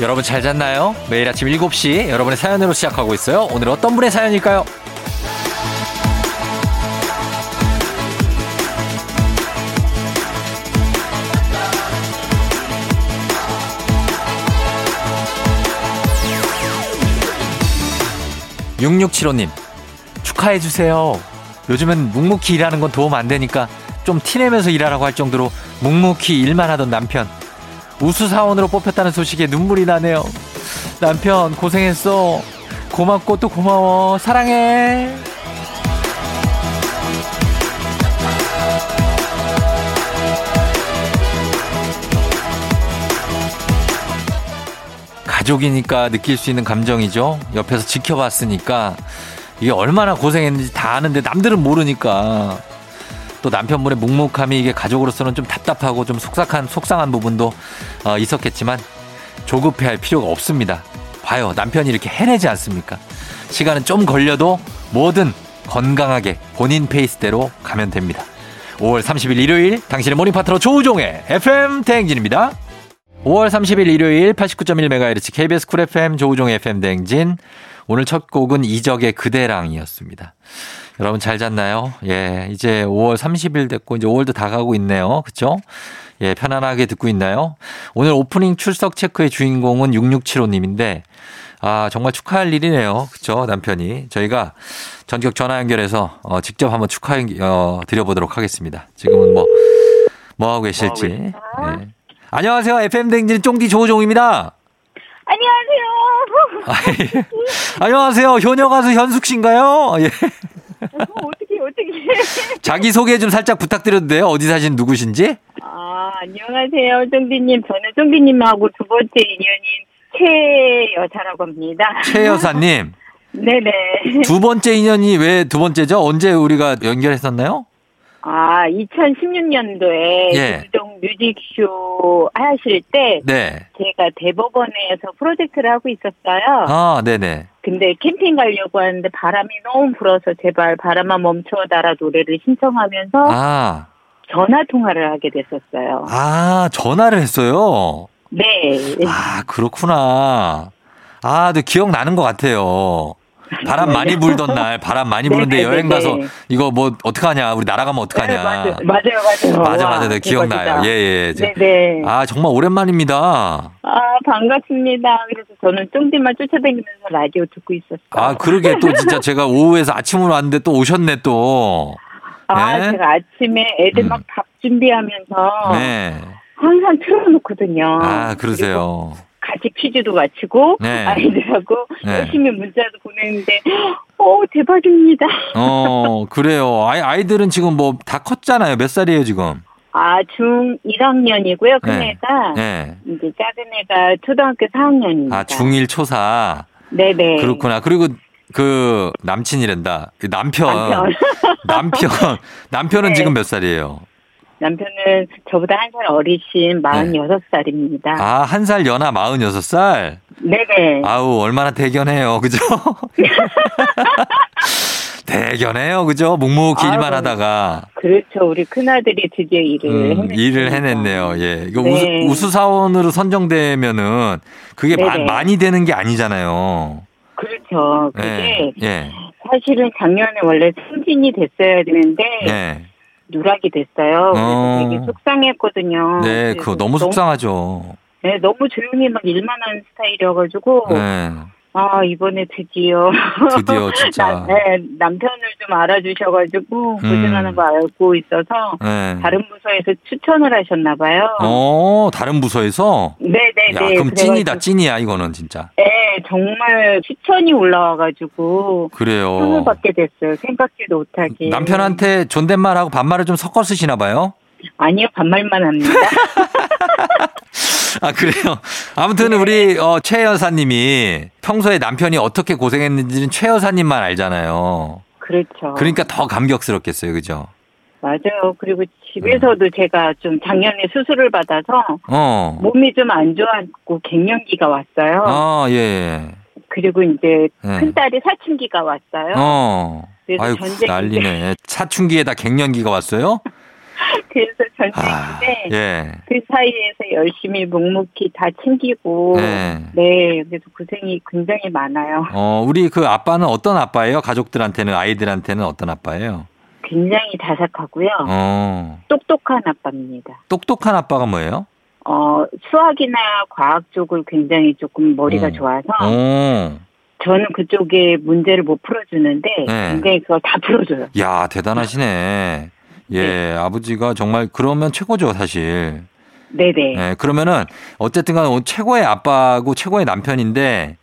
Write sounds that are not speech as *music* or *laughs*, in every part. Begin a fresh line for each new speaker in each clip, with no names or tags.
여러분 잘 잤나요? 매일 아침 7시 여러분의 사연으로 시작하고 있어요. 오늘 어떤 분의 사연일까요? 6675님, 축하해주세요. 요즘은 묵묵히 일하는 건 도움 안 되니까 좀 티내면서 일하라고 할 정도로 묵묵히 일만 하던 남편. 우수사원으로 뽑혔다는 소식에 눈물이 나네요. 남편, 고생했어. 고맙고 또 고마워. 사랑해. 가족이니까 느낄 수 있는 감정이죠. 옆에서 지켜봤으니까 이게 얼마나 고생했는지 다 아는데 남들은 모르니까 또 남편분의 묵묵함이 이게 가족으로서는 좀 답답하고 좀 속삭한 속상한 부분도 어, 있었겠지만 조급해할 필요가 없습니다. 봐요 남편이 이렇게 해내지 않습니까? 시간은 좀 걸려도 뭐든 건강하게 본인 페이스대로 가면 됩니다. 5월 30일 일요일 당신의 모닝 파트너 조우종의 FM 대행진입니다. 5월 30일 일요일 89.1MHz KBS 쿨 FM 조우종의 FM 대행진. 오늘 첫 곡은 이적의 그대랑이었습니다. 여러분 잘 잤나요? 예, 이제 5월 30일 됐고 이제 5월도 다 가고 있네요. 그렇죠? 예, 편안하게 듣고 있나요? 오늘 오프닝 출석 체크의 주인공은 6675님인데 아, 정말 축하할 일이네요. 그렇죠? 남편이. 저희가 전격 전화 연결해서 어, 직접 한번 축하해 어, 드려보도록 하겠습니다. 지금은 뭐 뭐 하고 계실지. 예. 안녕하세요. FM 댕진 쫑디 조우종입니다.
안녕하세요. *laughs*
아, 예. 안녕하세요. 효녀 가수 현숙 씨인가요? 예.
어떻게 어떻게?
자기 소개 좀 살짝 부탁드려도 돼요. 어디 사신 누구신지?
아 안녕하세요, 정디님. 저는 정디님하고 두 번째 인연인 최 여사라고 합니다.
최 여사님.
네네.
두 번째 인연이 왜 두 번째죠? 언제 우리가 연결했었나요?
아 2016년도에
예.
유동 뮤직쇼 하실 때
네.
제가 대법원에서 프로젝트를 하고 있었어요.
아, 네네.
근데 캠핑 가려고 하는데 바람이 너무 불어서 제발 바람만 멈춰달라 노래를 신청하면서
아,
전화 통화를 하게 됐었어요.
아, 전화를 했어요.
네.
아, 그렇구나. 아, 네, 기억나는 것 같아요. 바람 많이 불던 날, 바람 많이 부는데
네,
여행
네,
가서
네.
이거 뭐 어떡하냐, 우리 날아가면 어떡하냐.
맞아요, 맞아요. 맞아요.
맞아,
와,
맞아, 네, 기억나요.
대박이다.
예, 예. 제-
네네. 아.
아, 정말 오랜만입니다.
반갑습니다. 그래서 저는 쫑디만 쫓아다니면서 라디오 듣고 있었어요.
아, 그러게 또 진짜 제가 오후에서 아침으로 왔는데 또 오셨네 또.
아,
네.
제가 아침에 애들 막 밥
음.
준비하면서
네.
항상 틀어놓거든요.
아,
그리고
그러세요.
같이 퀴즈도 마치고
네.
아이들하고
네.
열심히 문자도 보내는데 오 대박입니다.
어, 그래요. 아이, 아이들은 지금 뭐 다 컸잖아요. 몇 살이에요, 지금?
아 중 1학년이고요. 큰
네.
애가
네.
이제 작은 애가 초등학교 4학년입니다.
아, 중1 초사.
그러니까. 네네.
그렇구나. 그리고 그 남친이란다. 그 남편.
남편.
남편. 남편은
네.
지금 몇
*laughs*
살이에요?
남편은 저보다 한 살 어리신 46살입니다.
아, 한 살 연하 46살?
네네.
아우 얼마나 대견해요
*laughs*
그죠 대견해요 그죠 묵묵히
아유.
일만 하다가
그렇죠. 우리 큰아들이 드디어 일을
음,
해냈습니다.
일을 해냈네요 예 이거
예, 네.
우수, 사원으로 선정되면은 그게 마-
네네.
많이 되는 게 아니잖아요
그렇죠. 그게
예 예,
사실은 작년에 원래 승진이 됐어야 되는데
네.
누락이 됐어요. 그래서
어.
되게 속상했거든요.
네,
아, 그래서
그거 너무 속상하죠.
네, 너무 조용히 막 일만 하는 스타일이어가지고
네,
아 이번에 드디어
드디어 진짜.
남, *laughs* 네, 남편을 좀 알아주셔가지고 고생하는
음.
거 알고 있어서
네.
다른 부서에서 추천을 하셨나봐요.
어, 다른 부서에서?
네네네.
야, 그럼 찐이다,
그래가지고-
찐이야, 이거는 진짜.
네, 정말 추천이 올라와가지고
그래요.
상을 받게 됐어요. 생각지도 못하게.
어. 남편한테 존댓말하고 반말을 좀 섞어 쓰시나 봐요?
아니요,
*laughs*
반말만 합니다.
아 그래요.
네.
아무튼 우리 어, 최 여사님이 평소에 남편이 어떻게 고생했는지는 최 여사님만 알잖아요.
그렇죠.
그러니까 음. 더 감격스럽겠어요, 그죠?
맞아요. 그리고 집에서도 제가 좀 작년에 수술을 받아서
어.
몸이 좀 안 좋았고 갱년기가 왔어요.
아 예. 예.
그리고 이제
예.
큰딸이 사춘기가 왔어요.
어.
그래서
아유
전쟁인데.
난리네. 사춘기에다 갱년기가 왔어요?
*laughs* 그래서
아,
전쟁인데
예.
그 사이에서 열심히 묵묵히 다 챙기고
네.
네 그래서 고생이 굉장히 많아요.
어, 우리 그 아빠는 어떤 아빠예요? 가족들한테는, 아이들한테는 어떤 아빠예요?
굉장히 자작하고요.
어,
똑똑한 아빠입니다.
똑똑한 아빠가 뭐예요?
어, 수학이나 과학 쪽을 굉장히 조금 머리가
음.
좋아서
어,
저는 그쪽에 문제를 못 풀어주는데
네.
굉장히 그걸 다 풀어줘요.
야, 대단하시네. 예, 아버지가 정말 그러면 최고죠, 사실.
네네.
예, 그러면은 어쨌든 간에 오늘 최고의 아빠고 최고의 남편인데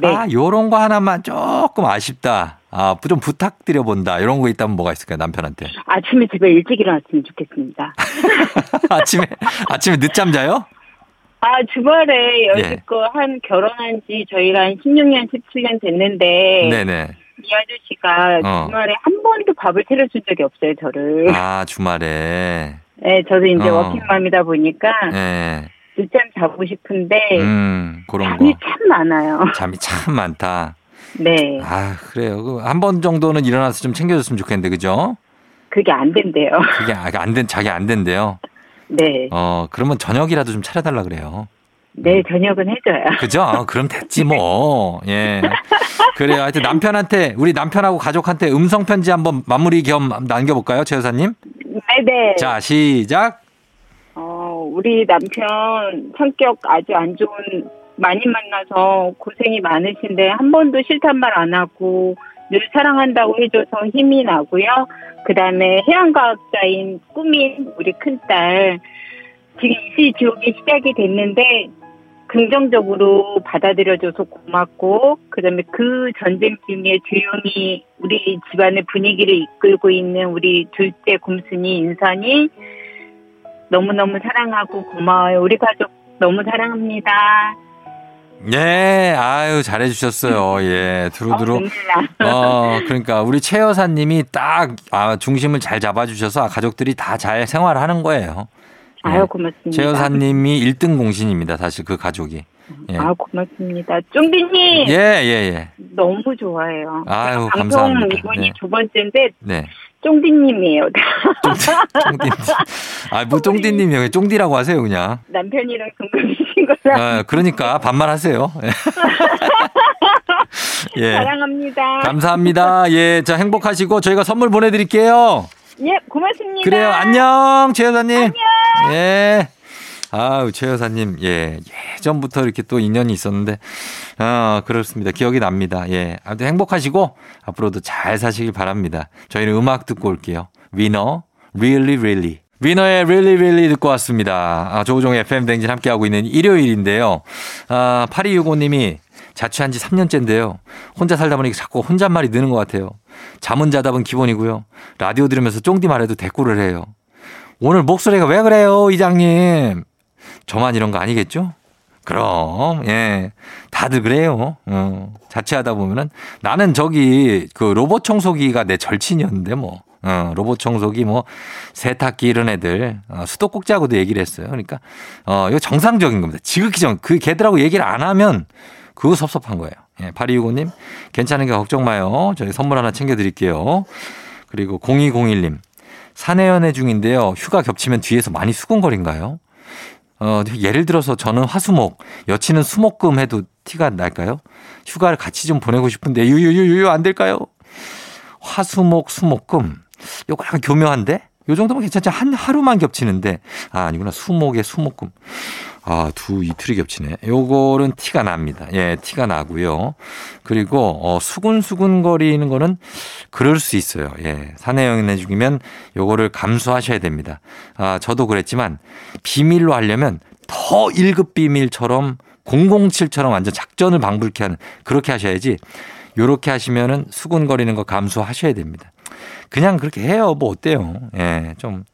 네.
아, 요런 거 하나만 조금 아쉽다. 아, 좀 부탁드려 본다. 이런 거 있다면 뭐가 있을까요, 남편한테? *laughs*
아침에 집에 일찍 일어났으면 좋겠습니다.
아침에 아침에 늦잠 자요?
아, 주말에
예.
여지껏 한 결혼한 지 저희가 한 16년, 17년 됐는데
네, 네.
이 아저씨가
어.
주말에 한 번도 밥을 차려준 적이 없어요, 저를.
아, 주말에.
네, 저도 이제
어.
워킹맘이다 보니까
예.
늦잠 자고 싶은데
음, 그런 거.
네. 잠이 참 많아요. *laughs*
잠이 참 많다.
네,
아, 그래요. 한 번 정도는 일어나서 좀 챙겨줬으면 좋겠는데, 그죠?
그게 안 된대요.
그게 아- 안 된, 자기 안 된대요.
네,
어, 그러면 저녁이라도 좀 차려달라 그래요.
네 저녁은 해줘요.
그죠? 아, 그럼 됐지, 뭐. 예. 그래요. 하여튼 남편한테, 우리 남편하고 가족한테 음성편지 한번 마무리 겸 남겨볼까요, 최 여사님?
네네.
자, 시작.
어, 우리 남편 성격 아주 안 좋은 많이 만나서 고생이 많으신데 한 번도 싫단 말 안 하고 늘 사랑한다고 해줘서 힘이 나고요. 그 다음에 해양과학자인 꿈인 우리 큰딸 지금 이 지옥이 시작이 됐는데 긍정적으로 받아들여줘서 고맙고 그다음에 그 전쟁 중에 조용히 우리 집안의 분위기를 이끌고 있는 우리 둘째 곰순이 인선이 너무너무 사랑하고 고마워요. 우리 가족 너무 사랑합니다.
예, 아유, 잘해주셨어요. 예, 두루두루.
라
어, 그러니까 우리 최 여사님이 딱 아, 중심을 잘 잡아주셔서 가족들이 다 잘 생활하는 거예요. 예.
아유 고맙습니다.
최 여사님이 1등 공신입니다. 사실 그 가족이. 예.
아 네. 고맙습니다. 쫑비님
예, 예, 예.
너무 좋아해요.
아유,
방송
감사합니다.
이번이
네.
두 번째인데
네.
쫑비님이에요. *laughs*
쫑디. 아, 뭐 쫑디님이 왜 쫑디라고 하세요, 그냥.
남편이랑 동갑이신 거라
아, 그러니까 반말하세요.
*laughs*
예.
사랑합니다.
감사합니다. 예. 자, 행복하시고 저희가 선물 보내드릴게요.
예 고맙습니다.
그래요. 안녕, 최 여사님. 안녕. 예. 아우, 최 여사님. 예. 예전부터 이렇게 또 인연이 있었는데, 아, 그렇습니다. 기억이 납니다. 예. 아무튼 행복하시고, 앞으로도 잘 사시길 바랍니다. 저희는 음악 듣고 올게요. 위너, really, really. 위너의 Really Really 듣고 왔습니다. 아, 조우종의 FM 댕진 함께하고 있는 일요일인데요. 아, 8265님이 자취한 지 3년째인데요. 혼자 살다 보니 자꾸 혼잣말이 느는 것 같아요. 잠은 자답은 기본이고요. 라디오 들으면서 쫑디 말해도 대꾸를 해요. 오늘 목소리가 왜 그래요, 이장님? 저만 이런 거 아니겠죠? 그럼, 예. 다들 그래요. 어, 자취하다 보면은 나는 저기 그 로봇 청소기가 내 절친이었는데 뭐. 어, 로봇 청소기 뭐 세탁기 이런 애들 어, 수도꼭지하고도 얘기를 했어요. 그러니까 어, 이거 정상적인 겁니다. 지극히 정, 그 걔들하고 얘기를 안 하면 그거 섭섭한 거예요. 예, 8265님, 괜찮으니까 걱정 마요. 저희 선물 하나 챙겨드릴게요. 그리고 0201님, 사내 연애 중인데요. 휴가 겹치면 뒤에서 많이 수근거린가요? 어, 예를 들어서 저는 화수목, 여친은 수목금 해도 티가 날까요? 휴가를 같이 좀 보내고 싶은데, 유유유유, 안 될까요? 화수목, 수목금. 요거 약간 교묘한데? 요 정도면 괜찮지. 한 하루만 겹치는데. 아, 아니구나. 수목에 수목금. 아, 두 이틀이 겹치네. 요거는 티가 납니다. 예, 티가 나고요. 그리고 어 수근수근 거리는 거는 그럴 수 있어요. 예. 사내 연애 중이면 요거를 감수하셔야 됩니다. 아, 저도 그랬지만 비밀로 하려면 더 1급 비밀처럼 007처럼 완전 작전을 방불케 하는 그렇게 하셔야지 요렇게 하시면은 수근거리는 거 감수하셔야 됩니다. 그냥 그렇게 해요. 뭐 어때요? 예. 좀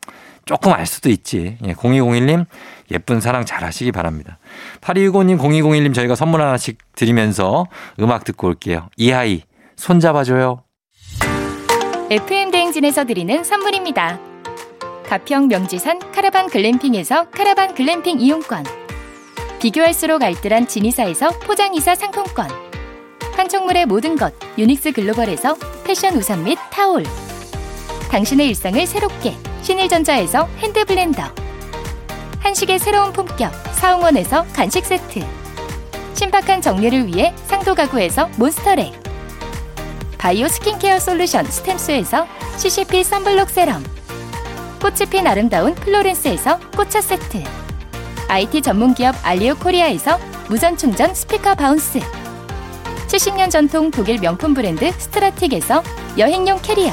조금 알 수도 있지. 예, 0201님 예쁜 사랑 잘 하시기 바랍니다. 8265님, 0201님 저희가 선물 하나씩 드리면서 음악 듣고 올게요. 이하이 손잡아줘요.
FM 대행진에서 드리는 선물입니다. 가평 명지산 카라반 글램핑에서 카라반 글램핑 이용권. 비교할수록 알뜰한 진이사에서 포장이사 상품권. 한청물의 모든 것 유닉스 글로벌에서 패션 우산 및 타올. 당신의 일상을 새롭게 신일전자에서 핸드블렌더 한식의 새로운 품격 사홍원에서 간식 세트 신박한 정리를 위해 상도 가구에서 몬스터렉 바이오 스킨케어 솔루션 스템스에서 CCP 선블록 세럼 꽃이 핀 아름다운 플로렌스에서 꽃차 세트 IT 전문기업 알리오 코리아에서 무선 충전 스피커 바운스 70년 전통 독일 명품 브랜드 스트라틱에서 여행용 캐리어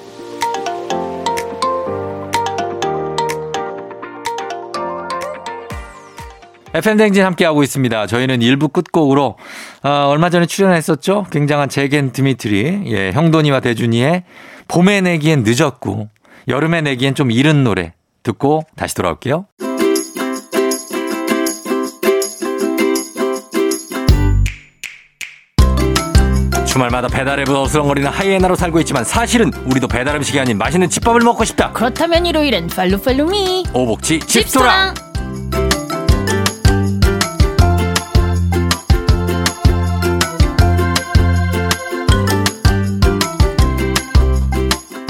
FM댕진 함께하고 있습니다. 저희는 1부 끝곡으로, 어, 얼마 전에 출연했었죠? 굉장한 제겐 드미트리, 예, 형돈이와 대준이의 봄에 내기엔 늦었고, 여름에 내기엔 좀 이른 노래 듣고 다시 돌아올게요. 주말마다 배달앱으로 어슬렁거리는 하이에나로 살고 있지만 사실은 우리도 배달음식이 아닌 맛있는 집밥을 먹고 싶다.
그렇다면 일요일엔 팔로팔로미
오복치 집소랑.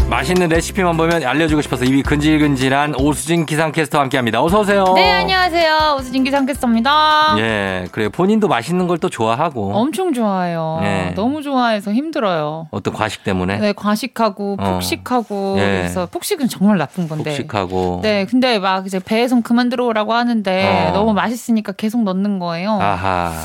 맛있는 레시피만 보면 알려주고 싶어서 입이 근질근질한 오수진 기상캐스터와 함께합니다. 어서 오세요.
네 안녕하세요 오수진 기상캐스터입니다
예, 그래 본인도 맛있는 걸 또 좋아하고
엄청 좋아해요
네.
너무 좋아해서 힘들어요
어떤 과식 때문에
네 과식하고
예. 어.
폭식하고
예.
그래서 폭식은 정말 나쁜 건데
폭식하고
네 근데 막 이제 배에선 그만 들어오라고 하는데
어.
너무 맛있으니까 계속 넣는 거예요
아하 그럼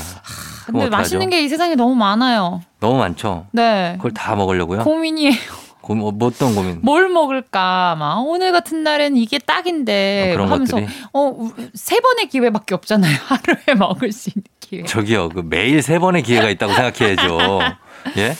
어. 근데
어떡하죠?
맛있는 게 이 세상에 너무 많아요
너무 많죠.
네
그걸 다 먹으려고요?
고민이에요 *laughs*
고민, 어, 뭐 어떤 고민?
뭘 먹을까 막 오늘 같은 날엔 이게 딱인데
어, 그런
하면서
것들이
어 세 번의 기회밖에 없잖아요 *laughs* 하루에 먹을 수 있는 기회
저기요 그 매일 세 번의 기회가 있다고
*laughs*
생각해야죠. 예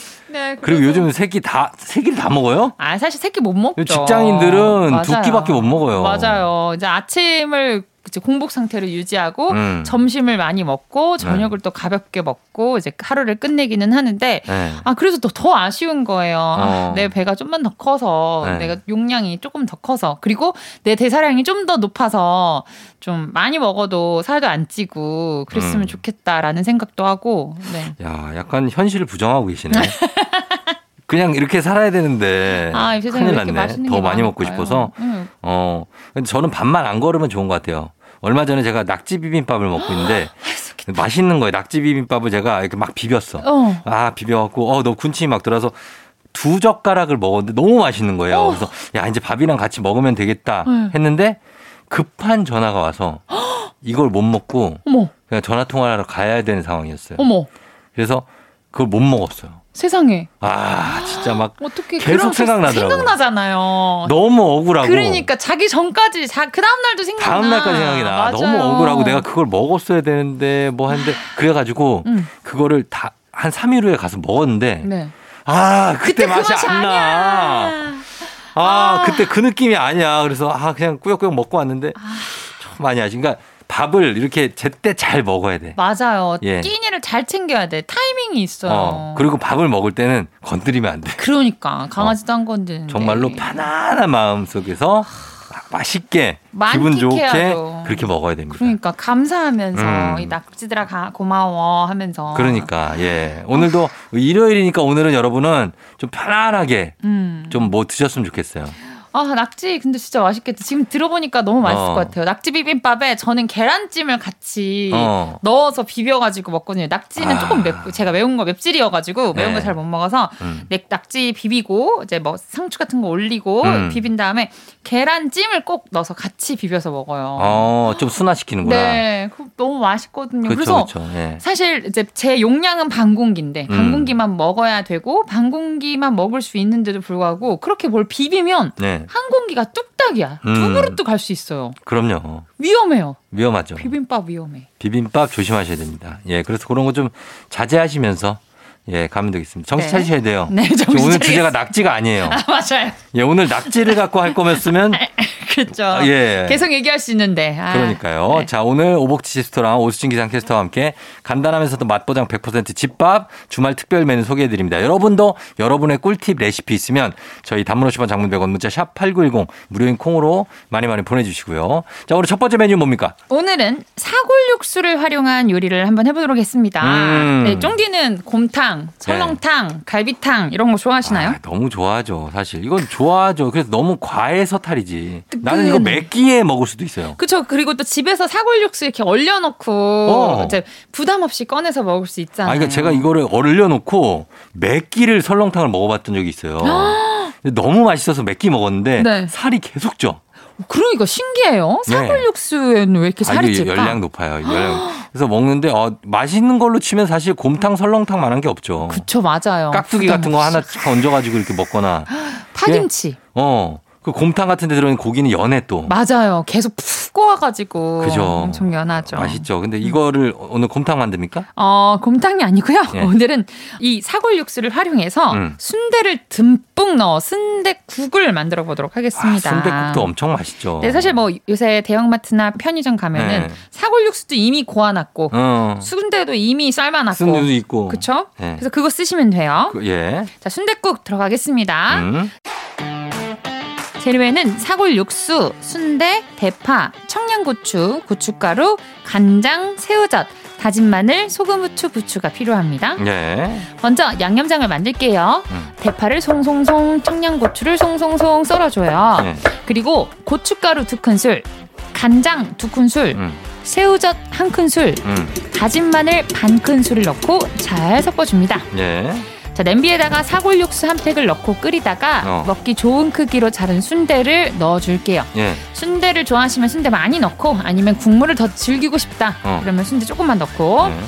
네,
그리고
그래서-
요즘 세 끼 다 세 끼를 다 먹어요?
아 사실 새끼 못 먹죠.
직장인들은 두
맞아요.
끼밖에 못 먹어요.
맞아요. 이제 아침을 이제 공복 상태를 유지하고
음. 네.
점심을 많이 먹고 저녁을 또 가볍게 먹고 이제 하루를 끝내기는 하는데
예.
아 그래서 또 더 아쉬운 거예요. 아,
어.
내 배가 좀만 더 커서
네.
내가 용량이 조금 더 커서 그리고 내 대사량이 좀 더 높아서 좀 많이 먹어도 살도 안 찌고 그랬으면
음.
좋겠다라는 생각도 하고 네.
야, 약간 현실을 부정하고
*laughs*
계시네. 그냥 이렇게 살아야 되는데
아, 이 세상에
네. 큰일
이렇게
났네.
맛있는
더
게
많이 먹고
많을까요?
싶어서.
음.
어, 근데 저는 밥만 안 걸으면 좋은 것 같아요. 얼마 전에 제가 낙지 비빔밥을 먹고
*gasps*
있는데 맛있는 거예요. 낙지 비빔밥을 제가 이렇게 막 비볐어.
어.
아 비벼갖고 어 너 군침이 막 돌아서 두 젓가락을 먹었는데 너무 맛있는 거예요. 그래서 야 이제 밥이랑 같이 먹으면 되겠다
어. 네. 어.
했는데 급한 전화가 와서 이걸 못 먹고
어머
그냥 전화 통화하러 가야 되는 상황이었어요.
어머
그래서 그걸 못 먹었어요.
세상에
아 진짜
*gasps*
막
어떻게
계속
그런 게
생각나더라고요.
생각나잖아요.
너무 억울하고
그러니까 자기 전까지 자, 그 다음 날도 생각나.
다음 날까지 생각이 나.
맞아요.
너무 억울하고 내가 그걸 먹었어야 되는데 뭐 했는데 그래가지고
음.
그거를 다 한 3일 후에 가서 먹었는데
네.
아 그때,
그때 그
맛이
맛이
안 나.
아니야.
아,
아.
그때 그 느낌이 아니야. 그래서 아 그냥 꾸역꾸역 먹고 왔는데
아.
참 많이 아쉽. 그러니까 밥을 이렇게 제때 잘 먹어야 돼.
맞아요.
예.
끼니를 잘 챙겨야 돼. 타이밍이 있어요.
어 그리고 밥을 먹을 때는 건드리면 안 돼. 어,
그러니까 강아지도 한 건데.
정말로 편안한 마음 속에서 맛있게 기분 좋게
아. 만끽해야죠.
그렇게 먹어야 됩니다.
그러니까 감사하면서
음.
이 낙지들아 가- 고마워 하면서 아.
그러니까, 예 오늘도 일요일이니까 오늘은 여러분은 좀 편안하게
음.
좀 뭐 드셨으면 좋겠어요.
아 낙지 근데 진짜 맛있겠다. 지금 들어보니까 너무 맛있을
어.
것 같아요. 낙지 비빔밥에 저는 계란찜을 같이
어.
넣어서 비벼가지고 먹거든요. 낙지는
아.
조금 맵고 제가 매운 거 맵찔이어가지고 매운
네.
거 잘 못 먹어서
음.
넥- 낙지 비비고 이제 뭐 상추 같은 거 올리고
음.
비빈 다음에 계란찜을 꼭 넣어서 같이 비벼서 먹어요.
어, 좀 순화시키는구나.
네, 그 너무 맛있거든요.
그렇죠,
그래서
그렇죠. 예.
사실 이제 제 용량은 반공기인데
음.
반공기만 먹어야 되고 반공기만 먹을 수 있는데도 불구하고 그렇게 뭘 비비면
네,
한 공기가 뚝딱이야. 두
음.
그릇도 갈 수 있어요.
그럼요.
위험해요.
위험하죠.
비빔밥 위험해. *laughs*
비빔밥 조심하셔야 됩니다. 예, 그래서 그런 거 좀 자제하시면서 예 가면 되겠습니다. 정신
네.
차리셔야 돼요.
네, 정신
지금 오늘
차리겠습니다.
주제가 낙지가
*laughs*
아니에요.
아, 맞아요.
예, 오늘 낙지를 갖고 할 거면쓰면
그렇죠.
아, 예.
계속 얘기할 수 있는데. 아,
그러니까요.
네.
자, 오늘 오복지 시스터랑 오수진 기상 캐스터와 함께 간단하면서도 맛보장 100% 집밥 주말 특별 메뉴 소개해 드립니다. 여러분도 여러분의 꿀팁 레시피 있으면 저희 단문 50원 장문 100원 문자 샵 8910 무료인 콩으로 많이 많이 보내주시고요. 자, 오늘 첫 번째 메뉴 뭡니까?
오늘은 사골 육수를 활용한 요리를 한번 해보도록 했습니다.
음. 네.
네, 쫑디는 곰탕, 설렁탕, 갈비탕 이런 거 좋아하시나요?
아, 너무 좋아하죠. 사실 이건 좋아하죠. 그래서 너무 과해서 탈이지. 나는 이거
뜨끈.
맵기에 먹을 수도 있어요.
그렇죠. 그리고 또 집에서 사골 육수 이렇게 얼려놓고
어.
이제 부담 없이 꺼내서 먹을 수 있잖아요.
아, 그러니까 제가 이거를 얼려놓고 맵기를 설렁탕을 먹어봤던 적이 있어요. 근데 너무 맛있어서 맵기 먹었는데
아! 네.
살이 계속 쪄.
그러니까 신기해요. 사골
네.
육수에는 왜 이렇게
아,
그 살이
이거
찔까?
열량 높아요.
*gasps*
열량. 그래서 먹는데 어, 맛있는 걸로 치면 사실 곰탕 설렁탕만한 게 없죠.
그쵸 맞아요.
깍두기
부담
같은 거
없이.
하나 예. 촥 얹어가지고 이렇게 먹거나.
*gasps* 파김치
어. 그 곰탕 같은 데 들어있는 고기는 연해 또.
맞아요. 계속 푹 구워가지고
그죠.
엄청 연하죠. 음.
맛있죠. 근데 이거를 오늘 곰탕 만듭니까? 아,
어, 곰탕이 아니고요.
예.
*laughs* 오늘은 이 사골 육수를 활용해서
음.
순대를 듬뿍 넣어 순대국을 만들어 보도록 하겠습니다.
아, 순대국도 엄청 맛있죠.
네, 사실 뭐 요새 대형마트나 편의점 가면은
네.
사골 육수도 이미 고아놨고
어.
순대도 이미
순대도
삶아놨고
있고.
그쵸?
네.
그래서 그거 쓰시면 돼요.
그- 예.
자, 순대국 들어가겠습니다.
음.
재료에는 사골 육수, 순대, 대파, 청양고추, 고춧가루, 간장, 새우젓, 다진 마늘, 소금, 후추, 부추가 필요합니다.
예.
먼저 양념장을 만들게요.
음.
대파를 송송송, 청양고추를 송송송 썰어줘요.
예.
그리고 고춧가루 두 큰술, 간장 두 큰술,
음.
새우젓 한 큰술,
음.
다진 마늘 반 큰술을 넣고 잘 섞어줍니다.
예.
자, 냄비에다가 사골 육수 한 팩을 넣고 끓이다가
어.
먹기 좋은 크기로 자른 순대를 넣어줄게요.
예.
순대를 좋아하시면 순대 많이 넣고 아니면 국물을 더 즐기고 싶다.
어.
그러면 순대 조금만 넣고
예.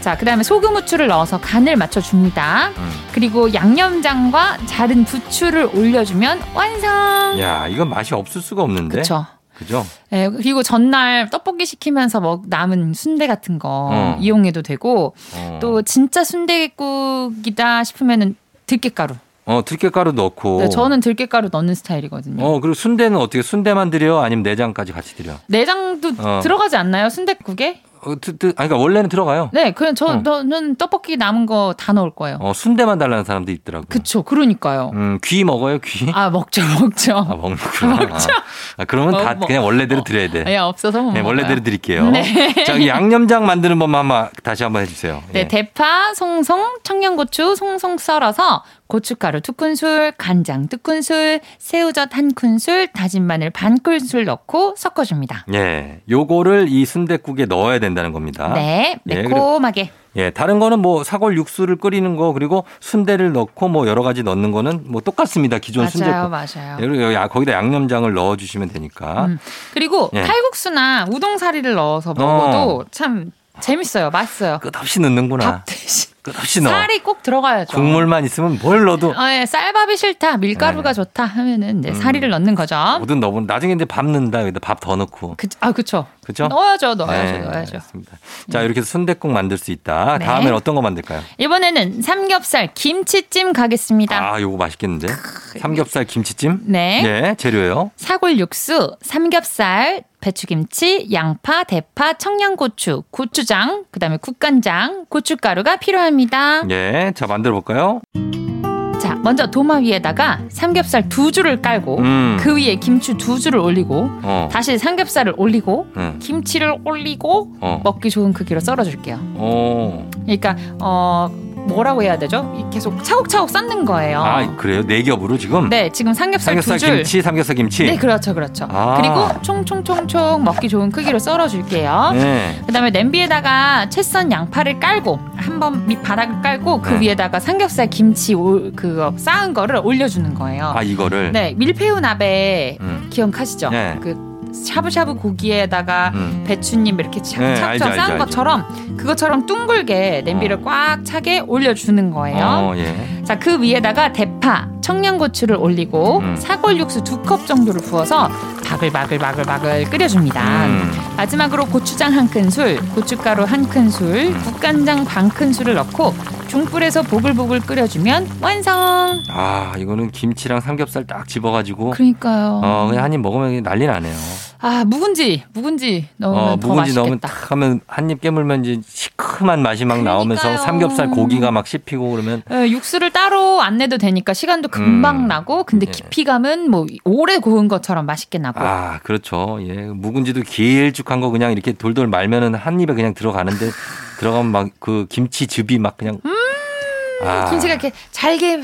자, 그다음에 소금 후추를 넣어서 간을 맞춰줍니다.
음.
그리고 양념장과 자른 부추를 올려주면 완성.
야, 이건 맛이 없을 수가 없는데.
그렇죠.
그죠?
예, 그리고 전날 떡볶이 시키면서 먹 남은 순대 같은 거
어.
이용해도 되고
어.
또 진짜 순대국이다 싶으면은 들깨가루.
어, 들깨가루 넣고.
네, 저는 들깨가루 넣는 스타일이거든요.
어, 그리고 순대는 어떻게 순대만 드려? 아니면 내장까지 같이 드려?
내장도
어.
들어가지 않나요? 순대국에?
어, 드, 드, 아니, 그러니까 원래는 들어가요.
네, 그냥 저
어.
저는 떡볶이 남은 거 다 넣을 거예요.
어, 순대만 달라는 사람도 있더라고.
그쵸, 그러니까요.
음, 귀 먹어요, 귀?
아 먹죠, *laughs* 먹죠.
아, 먹는구나.
*laughs* 먹죠.
아, 그러면
어,
다
뭐.
그냥 원래대로 드려야 돼.
예, 없어서 못
네,
먹어요.
원래대로 드릴게요.
네.
자, 이 양념장 만드는 법만 한번 다시 한번 해주세요.
네,
예.
대파, 송송, 청양고추 송송 썰어서 고춧가루 두 큰술, 간장 두 큰술, 새우젓 한 큰술, 다진 마늘 반 큰술 넣고 섞어줍니다.
예, 요거를 이 순대국에 넣어야 된다는 겁니다.
네,
예,
매콤하게.
예, 다른 거는 뭐 사골 육수를 끓이는 거 그리고 순대를 넣고 뭐 여러 가지 넣는 거는 뭐 똑같습니다. 기존
맞아요,
순대국.
맞아요.
예, 그리고 여기 아- 거기다 양념장을 넣어주시면 되니까.
음. 그리고
예.
칼국수나 우동사리를 넣어서 먹어도 참 재밌어요, 맛있어요.
끝없이 넣는구나.
밥 대신
끝없이 넣어.
살이 꼭 들어가야죠.
국물만 있으면 뭘 넣어도
아, 예, 쌀밥이 싫다, 밀가루가
네.
좋다 하면은 이제
음.
사리를 넣는 거죠.
뭐든 넣으면 나중에 이제 밥 넣는다. 여기다 밥 더 넣고.
그, 아, 그쵸.
그쵸?
넣어야죠, 넣어야죠,
네,
넣어야죠.
알겠습니다. 자, 이렇게 해서 순대국 만들 수 있다.
네.
다음엔 어떤 거 만들까요?
이번에는 삼겹살 김치찜 가겠습니다.
아, 요거 맛있겠는데. 삼겹살 김치찜.
네.
예, 재료요.
사골 육수, 삼겹살, 배추김치, 양파, 대파, 청양고추, 고추장,
네.
그다음에 국간장, 고춧가루가 필요합니다.
예, 자 만들어 볼까요?
자, 먼저 도마 위에다가 삼겹살 두 줄을 깔고
음.
그 위에 김치 두 줄을 올리고
어.
다시 삼겹살을 올리고
음.
김치를 올리고
어.
먹기 좋은 크기로 뭐, 썰어줄게요.
어.
그러니까 어 뭐라고 해야 되죠? 이- 계속 차곡차곡 쌓는 거예요.
아 그래요? 네 겹으로 지금.
네, 지금 삼겹살,
삼겹살
두 줄.
김치, 삼겹살 김치.
네, 그렇죠, 그렇죠.
아.
그리고 총총총총 먹기 좋은 크기로 썰어줄게요.
네.
그다음에 냄비에다가 채썬 양파를 깔고 한 번 밑바닥을 깔고 그
네.
위에다가 삼겹살 김치 올- 그거 쌓은 거를 올려주는 거예요.
아 이거를.
네, 밀푀유 나베
음.
기억하시죠?
네.
그 샤브샤브 고기에다가
음.
배추님 이렇게
네,
착착
알죠,
쫙
알죠,
쌓은
알죠.
것처럼 그것처럼 둥글게 냄비를
어.
꽉 차게 올려주는 거예요.
어, 예.
자, 그 위에다가 대파, 청양고추를 올리고
음.
사골 육수 두 컵 정도를 부어서 바글바글바글바글 끓여줍니다.
음.
마지막으로 고추장 한 큰술, 고춧가루 한 큰술,
음.
국간장 반 큰술을 넣고 중불에서 보글보글 끓여주면 완성.
아 이거는 김치랑 삼겹살 딱 집어가지고.
그러니까요.
어 그냥 한 입 먹으면 그냥 난리 나네요.
아 묵은지, 묵은지 넣으면
어
더
묵은지
맛있겠다.
넣으면 탁 하면 한 입 깨물면 이제 시큼한 맛이 막 나오면서
그러니까요.
삼겹살 고기가 막 씹히고 그러면
예, 육수를 따로 안 내도 되니까 시간도 금방
음.
나고 근데
예.
깊이감은 뭐 오래 구운 것처럼 맛있게 나고
아 그렇죠. 예 묵은지도 길쭉한 거 그냥 이렇게 돌돌 말면은 한 입에 그냥 들어가는데 들어가면 막 그 김치즙이 막 그냥. 아.
음, 김치가 이렇게 잘게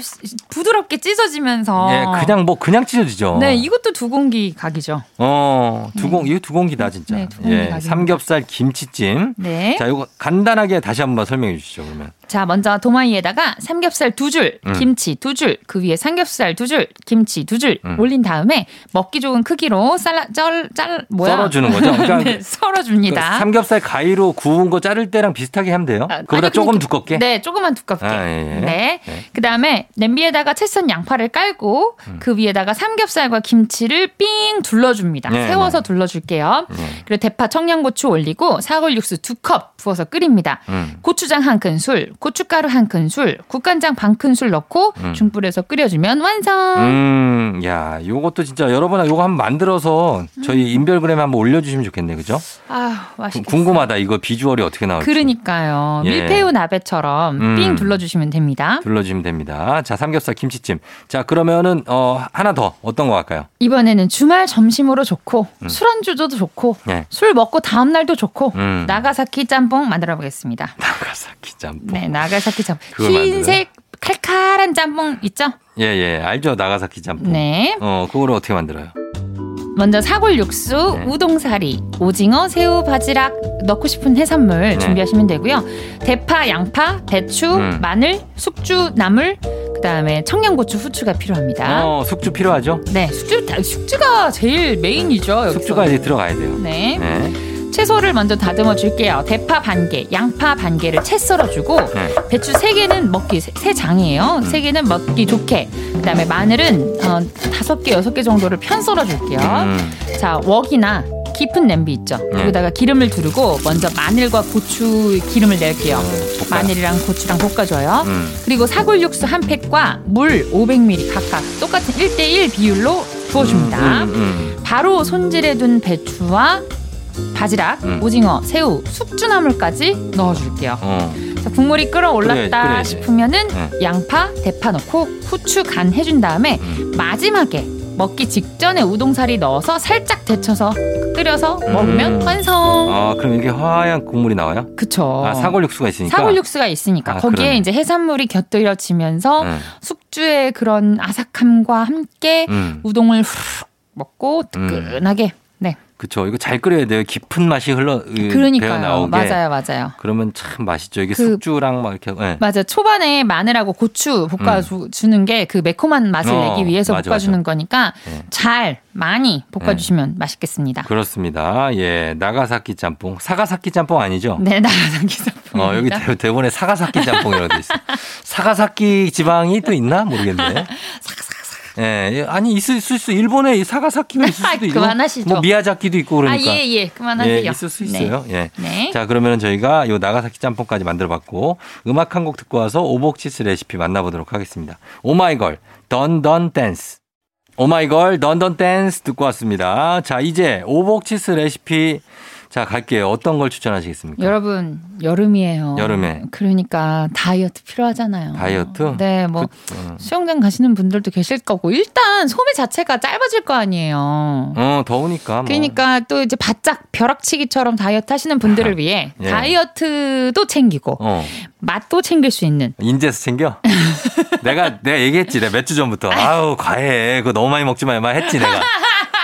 부드럽게 찢어지면서
예, 그냥 뭐 그냥 찢어지죠.
네 이것도 두 공기 각이죠.
어, 두 공, 이거 두 공기다, 진짜.
네, 두 공기
예,
각입니다.
삼겹살 김치찜.
네.
자, 이거 간단하게 다시 한번 설명해 주시죠, 그러면.
자, 먼저 도마 위에다가 삼겹살 두 줄,
음.
김치 두 줄, 그 위에 삼겹살 두 줄, 김치 두 줄
음.
올린 다음에 먹기 좋은 크기로 잘라 쩔, 짤 뭐야?
썰어주는 거죠? 그러니까
*laughs* 네,
그
썰어줍니다.
삼겹살 가위로 구운 거 자를 때랑 비슷하게 하면 돼요.
아,
그보다
아니,
조금
그러니까-
두껍게.
네, 조금만 두껍게.
아, 예, 예.
네.
네.
그다음에 냄비에다가 채썬 양파를 깔고
음.
그 위에다가 삼겹살과 김치를 삥 둘러줍니다.
네,
세워서
네.
둘러줄게요.
네.
그리고 대파, 청양고추 올리고 사골 육수 두 컵 부어서 끓입니다.
음.
고추장 한 큰술, 고춧가루 한 큰술, 국간장 반 큰술 넣고
음.
중불에서 끓여주면 완성.
음, 야, 요것도 진짜 여러분아 요거 한번 만들어서 저희 인별그램에 한번 올려주시면 좋겠네, 그죠?
아
구-
음. 맛있겠다.
궁금하다, 이거 비주얼이 어떻게 나올지.
그러니까요.
그 예.
밀푀유 나베처럼
음.
삥 둘러주시면 됩니다.
둘러주시면 됩니다. 자, 삼겹살 김치찜. 자, 그러면은, 어, 하나 더 어떤 거 할까요?
이번에는 주말 점심으로 좋고
음.
술안주도 좋고
예.
술 먹고 다음 날도 좋고
음.
나가사키 짬뽕 만들어 보겠습니다.
나가사키 짬뽕.
네, 나가사키 짬뽕.
뭐. 그걸
흰색 칼칼한 짬뽕 있죠?
예, 예. 알죠? 나가사키 짬뽕.
네.
어, 그거를 어떻게 만들어요?
먼저 사골 육수,
네.
우동사리, 오징어, 새우, 바지락 넣고 싶은 해산물 준비하시면 되고요. 대파, 양파, 배추,
네. 음.
마늘, 숙주, 나물, 그다음에 청양고추, 후추가 필요합니다.
어, 숙주 필요하죠?
네, 숙주 아, 숙주가 제일 메인이죠. 여기서.
숙주가 이제 들어가야 돼요.
네.
네.
채소를 먼저 다듬어 줄게요. 대파 반 개, 양파 반 개를 채 썰어주고
네.
배추 세 개는 먹기 세- 세
음.
장이에요. 세 개는 먹기 좋게. 그다음에 마늘은 어, 다섯 개 여섯 개 정도를 편 썰어줄게요.
음.
자 웍이나 깊은 냄비 있죠.
네.
여기다가 기름을 두르고 먼저 마늘과 고추 기름을 낼게요.
음, 볶아.
마늘이랑 고추랑 볶아줘요.
음.
그리고 사골 육수 한 팩과 물 500ml 각각 똑같은 1대1 비율로 부어줍니다.
음, 음,
바로 손질해둔 배추와 바지락,
음.
오징어, 새우, 숙주나물까지 넣어줄게요.
어.
자, 국물이
그래,
끓어올랐다
그래, 이제.
싶으면은
네.
양파, 대파 넣고 후추 간 해준 다음에
음.
마지막에 먹기 직전에 우동사리 넣어서 살짝 데쳐서 끓여서 먹으면
음.
완성.
아, 그럼 이게 화얀 국물이 나와요?
그쵸.
아, 사골 육수가 있으니까.
어. 사골 육수가 있으니까
아,
거기에
그러네.
이제 해산물이 곁들여지면서
음.
숙주의 그런 아삭함과 함께
음.
우동을 후루룩 먹고 뜨끈하게 네
그쵸. 이거 잘 끓여야 돼요. 깊은 맛이 흘러, 으, 배어
그러니까요.
나오게.
맞아요, 맞아요.
그러면 참 맛있죠. 이게
그-
숙주랑 막 이렇게. 예.
맞아. 초반에 마늘하고 고추 볶아주는 게 그 매콤한 맛을
음. 어,
내기 위해서
맞아,
볶아주는 거니까
네.
잘 많이 볶아주시면 맛있겠습니다.
그렇습니다. 예. 나가사키 짬뽕. 사가사키 짬뽕 아니죠?
네, 나가사키
어, 여기
짬뽕입니다.
대- 대본에 사가사키 짬뽕이라고 돼
*laughs*
있어요. 사가사키 지방이 또 있나? 모르겠네. 예, 예, 아니, 있을 수 있어. 일본에 이 사가사키가
*laughs*
있을 수도 있고.
그만하시죠.
뭐 미야자키도 있고 그러니까.
아, 예, 예. 그만하세요.
예, 있을 수 있어요. 예.
네. 네.
*laughs* 자, 그러면 저희가 요 나가사키 짬뽕까지 만들어 봤고 음악 한 곡 듣고 와서 오복치스 레시피 만나보도록 하겠습니다. 오마이걸 던던 댄스. 오마이걸 던던 댄스 듣고 왔습니다. 자, 이제 오복치스 레시피 자, 갈게요. 어떤 걸 추천하시겠습니까?
여러분 여름이에요.
그러니까. 여름에.
그러니까 다이어트 필요하잖아요.
다이어트?
네, 뭐
그- 음.
수영장 가시는 분들도 계실 거고 일단 소매 자체가 짧아질 거 아니에요.
어, 더우니까. 뭐.
그러니까 또 이제 바짝 벼락치기처럼 다이어트 하시는 분들을 위해
예.
다이어트도 챙기고
어.
맛도 챙길 수 있는
인제스
*laughs*
챙겨? 내가, 내가 얘기했지. 내가 몇 주 전부터. 아우, 과해. 그거 너무 많이 먹지 말마 했지, 내가.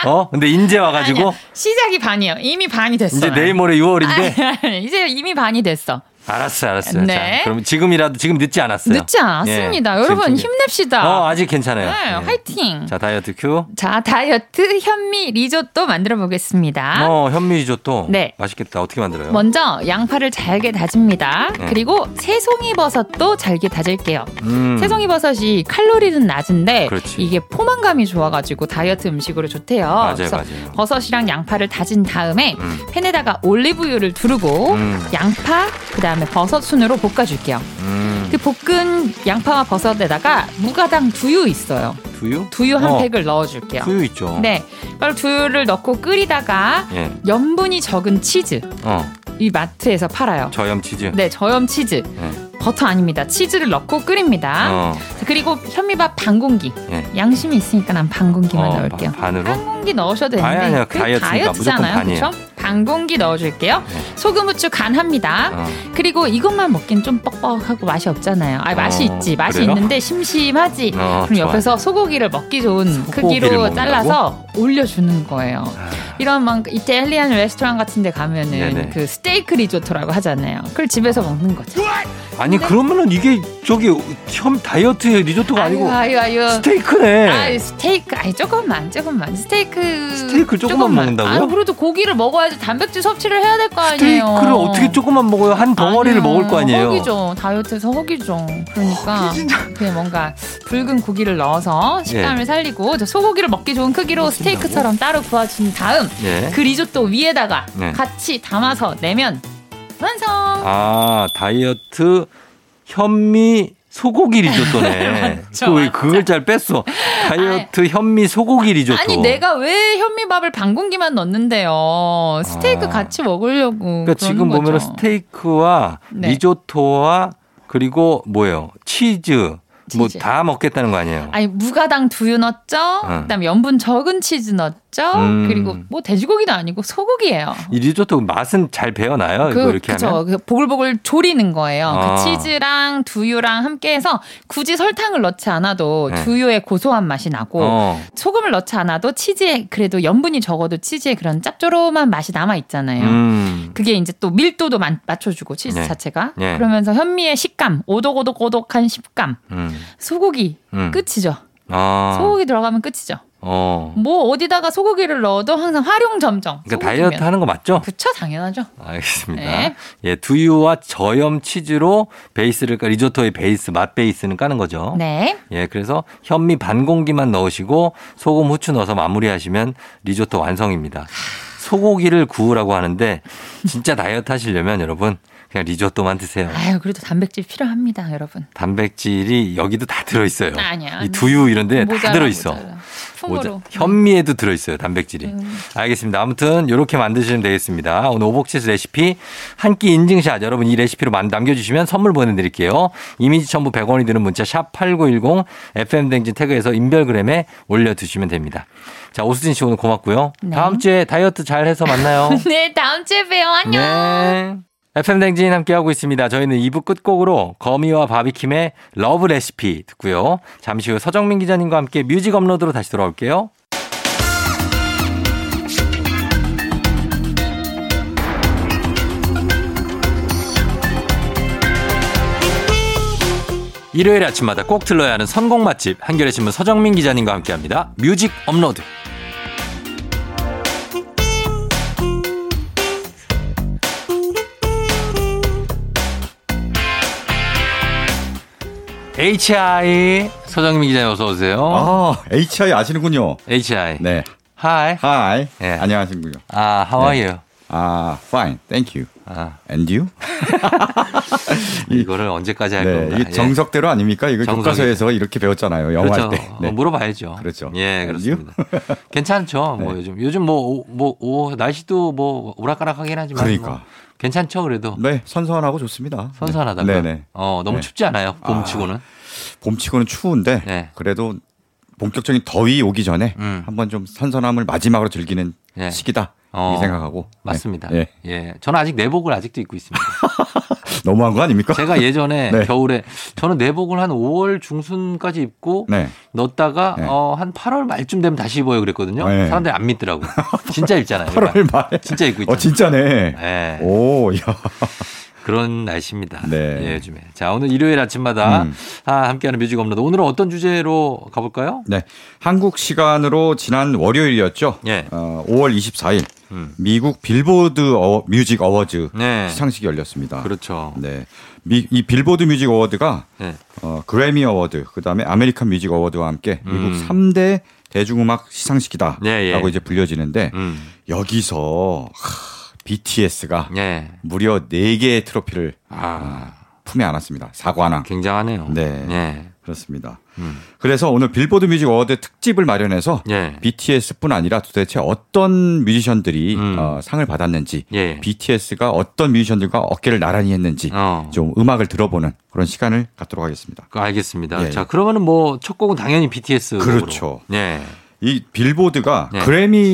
어? 근데 인제 와가지고.
아니야, 시작이 반이에요. 이미 반이 됐어.
이제 내일 모레 6월인데.
이제 이미 반이 됐어.
알았어, 알았어요.
네.
자, 그럼 지금이라도, 지금 늦지 않았어요.
늦지 않았습니다.
예, 지금
여러분
챙겨.
힘냅시다.
어, 아직 괜찮아요.
네,
예.
화이팅.
자, 다이어트 큐.
자, 다이어트 현미 리조또 만들어 보겠습니다.
어, 현미리조또.
아. 네.
맛있겠다. 어떻게 만들어요?
먼저 양파를 잘게 다집니다.
네.
그리고 새송이 버섯도 잘게 다질게요.
음.
새송이 버섯이 칼로리는 낮은데
그렇지.
이게 포만감이 좋아가지고 다이어트 음식으로 좋대요.
맞아요,
그래서
맞아요.
버섯이랑 양파를 다진 다음에
음.
팬에다가 올리브유를 두르고
음.
양파 그다음에 버섯 순으로 볶아줄게요.
음.
그 볶은 양파와 버섯에다가 무가당 두유 있어요.
두유?
그 두유 한
어.
팩을 넣어줄게요.
두유 있죠.
네, 그걸 두유를 넣고 끓이다가
예.
염분이 적은 치즈
어.
이 마트에서 팔아요.
저염 치즈.
네, 저염 치즈.
네.
버터 아닙니다. 치즈를 넣고 끓입니다.
어.
그리고 현미밥 반 공기.
예. 양심만
양심이 있으니까 난 반 공기만 넣을게요.
어, 반으로.
반 공기 넣으셔도 되는데
아니, 아니요.
그
다이어트니까 무조건
다이어트잖아요.
반이에요.
그렇죠? 반 공기 넣어줄게요.
네.
소금 후추 간합니다.
어.
그리고 이것만 먹긴 좀 뻑뻑하고 맛이 없잖아요. 아 맛이
어,
있지. 맛이
그래요?
있는데 심심하지.
어,
그럼
좋아요.
옆에서 소고기를 먹기 좋은
소고기를
크기로
먹는다고?
잘라서 올려주는 거예요.
아,
이런 막 이탈리안 레스토랑 같은 데 가면은
네네.
그 스테이크 리조토라고 하잖아요. 그걸 집에서 먹는 거죠.
아니 그러면은 이게 저기 현 다이어트 리조또가 아니고
네. 아유 아유. 아유.
스테이크네.
아 스테이크 아니 조금만 조금만 스테이크
스테이크를 조금만 먹는다고요?
아 그래도 고기를 먹어야지 단백질 섭취를 해야 될 거 아니에요.
스테이크를 어떻게 조금만 먹어요? 한 덩어리를
아니요.
먹을 거 아니에요.
허기죠. 다이어트에서 허기죠. 그러니까 그냥 뭔가 붉은 고기를 넣어서
네.
식감을 살리고 저 소고기를 먹기 좋은 크기로 스테이크처럼 따로 구워준 다음
예.
그 리조또 위에다가
네.
같이 담아서 내면 완성.
아 다이어트 현미 소고기 리조또네.
*laughs* 맞죠,
그 왜
맞죠.
그 글자를 뺐어? 다이어트 현미 소고기 리조또.
아, 아니 내가 왜 현미밥을 반 공기만 넣는데요? 스테이크
아.
같이 먹으려고.
그러니까
그러니까
지금 보면은 스테이크와
네.
리조또와 그리고 뭐예요? 치즈.
치즈.
뭐 다 먹겠다는 거 아니에요?
아니 무가당 두유 넣었죠.
응.
그다음 에 염분 적은 치즈 넣었죠.
어. 음.
그리고 뭐 돼지고기도 아니고 소고기예요.
이 리조또 맛은 잘 배어나요? 아, 이거 이렇게
그쵸.
하면?
그 보글보글 졸이는 거예요.
아.
그 치즈랑 두유랑 함께해서 굳이 설탕을 넣지 않아도
네.
두유의 고소한 맛이 나고
어.
소금을 넣지 않아도 치즈에 그래도 염분이 적어도 치즈에 그런 짭조름한 맛이 남아 있잖아요.
음.
그게 이제 또 밀도도 만- 맞춰주고 치즈
네.
자체가
네.
그러면서 현미의 식감 오독오독오독한 식감
음.
소고기
음.
끝이죠
아.
소고기 들어가면 끝이죠
어.
뭐 어디다가 소고기를 넣어도 항상 활용점정
그러니까
소고기면.
다이어트 하는 거 맞죠?
그쵸 당연하죠
알겠습니다.
네.
예, 두유와 저염 치즈로 베이스를 까 리조또의 베이스 맛 베이스는 까는 거죠.
네
예, 그래서 현미 반 공기만 넣으시고 소금 후추 넣어서 마무리하시면 리조또 완성입니다. 소고기를 구우라고 하는데 진짜 다이어트 하시려면 여러분 그냥 리조또만 드세요.
아유 그래도 단백질 필요합니다 여러분
단백질이 여기도 다 들어 있어요.
아니야.
이 두유 이런데 네, 다
모자라,
들어 있어.
모자라. 풍으로 네.
현미에도 들어 있어요. 단백질이.
음.
알겠습니다. 아무튼 이렇게 만드시면 되겠습니다. 오늘 오복치즈 레시피 한 끼 인증샷 여러분 이 레시피로 만 남겨주시면 선물 보내드릴게요. 이미지 첨부 100원이 드는 문자 샵 #8910 FM 댕진 태그에서 인별그램에 올려두시면 됩니다. 자 오수진 씨 오늘 고맙고요.
네.
다음 주에 다이어트 잘해서
*laughs*
만나요.
*laughs* 네 다음 주에 봬요 안녕
네. FM 댕진 함께하고 있습니다. 저희는 2부 끝곡으로 거미와 바비킴의 러브 레시피 듣고요. 잠시 후 서정민 기자님과 함께 뮤직 업로드로 다시 돌아올게요. 일요일 아침마다 꼭 들러야 하는 선곡 맛집 한겨레 신문 서정민 기자님과 함께합니다. 뮤직 업로드. HI 서정민 기자님 어서 오세요.
아, HI 아시는군요.
HI.
네.
Hi.
Hi.
네.
안녕하신군요. 네.
아, how are you?
아, fine. Thank you.
아,
And you?
이거를 언제까지 할 예.
네,
건가?
이게 정석대로 아닙니까? 이거
아, 정석이죠.
교과서에서 이렇게 배웠잖아요. 영어
그렇죠.
할 때. 네.
어, 물어봐야죠.
그렇죠.
예,
알지요? *laughs* 네.
그렇습니다. 괜찮죠. 뭐 요즘 요즘 뭐뭐 날씨도 뭐 오락가락하긴 하지만
그러니까.
뭐 괜찮죠. 그래도
네, 선선하고 좋습니다.
선선하다가
네, 네.
어 너무
네.
춥지 않아요. 봄치고는
봄치고는 추운데
네.
그래도 본격적인 더위 오기 전에
음.
한번 좀 선선함을 마지막으로 즐기는
네.
시기다.
어,
이 생각하고. 네.
맞습니다.
예.
예, 저는 아직 내복을 아직도 입고
*laughs*
있습니다.
너무한 거 아닙니까?
제가 예전에
네.
겨울에 저는 내복을 한 5월 중순까지 입고
*laughs* 네.
넣었다가
네.
어, 한 8월 말쯤 되면 다시 입어요 그랬거든요.
네.
사람들이 안 믿더라고.
*laughs*
요 진짜 입잖아요.
8월 말에.
진짜 입고 있잖아요.
어, 진짜네.
예.
오, 야.
그런 날씨입니다.
네.
예, 요즘에. 자, 오늘 일요일 아침마다
음.
아, 함께하는 뮤직 업로드. 오늘은 어떤 주제로 가볼까요?
네. 한국 시간으로 지난 월요일이었죠.
예.
어, 5월 24일
음.
미국 빌보드 어워- 뮤직 어워즈
네.
시상식이 열렸습니다.
그렇죠.
네. 미- 이 빌보드 뮤직 어워드가
네.
어, 그래미 어워드, 그다음에 아메리칸 뮤직 어워드와 함께
음.
미국 삼 3대 대중음악 시상식이다라고
네, 예.
이제 불려지는데
음.
여기서 하, BTS가
예.
무려 4개의 트로피를
아,
품에 안았습니다. 사관왕.
굉장하네요.
네.
예.
그렇습니다.
음.
그래서 오늘 빌보드 뮤직 어워드 특집을 마련해서
예.
BTS뿐 아니라 도대체 어떤 뮤지션들이
음.
어, 상을 받았는지
예.
BTS가 어떤 뮤지션들과 어깨를 나란히 했는지
어.
좀 음악을 들어보는 그런 시간을 갖도록 하겠습니다.
그, 알겠습니다.
예.
자, 그러면은 뭐 첫 곡은 당연히 BTS. 곡으로.
그렇죠.
예.
이 빌보드가
네.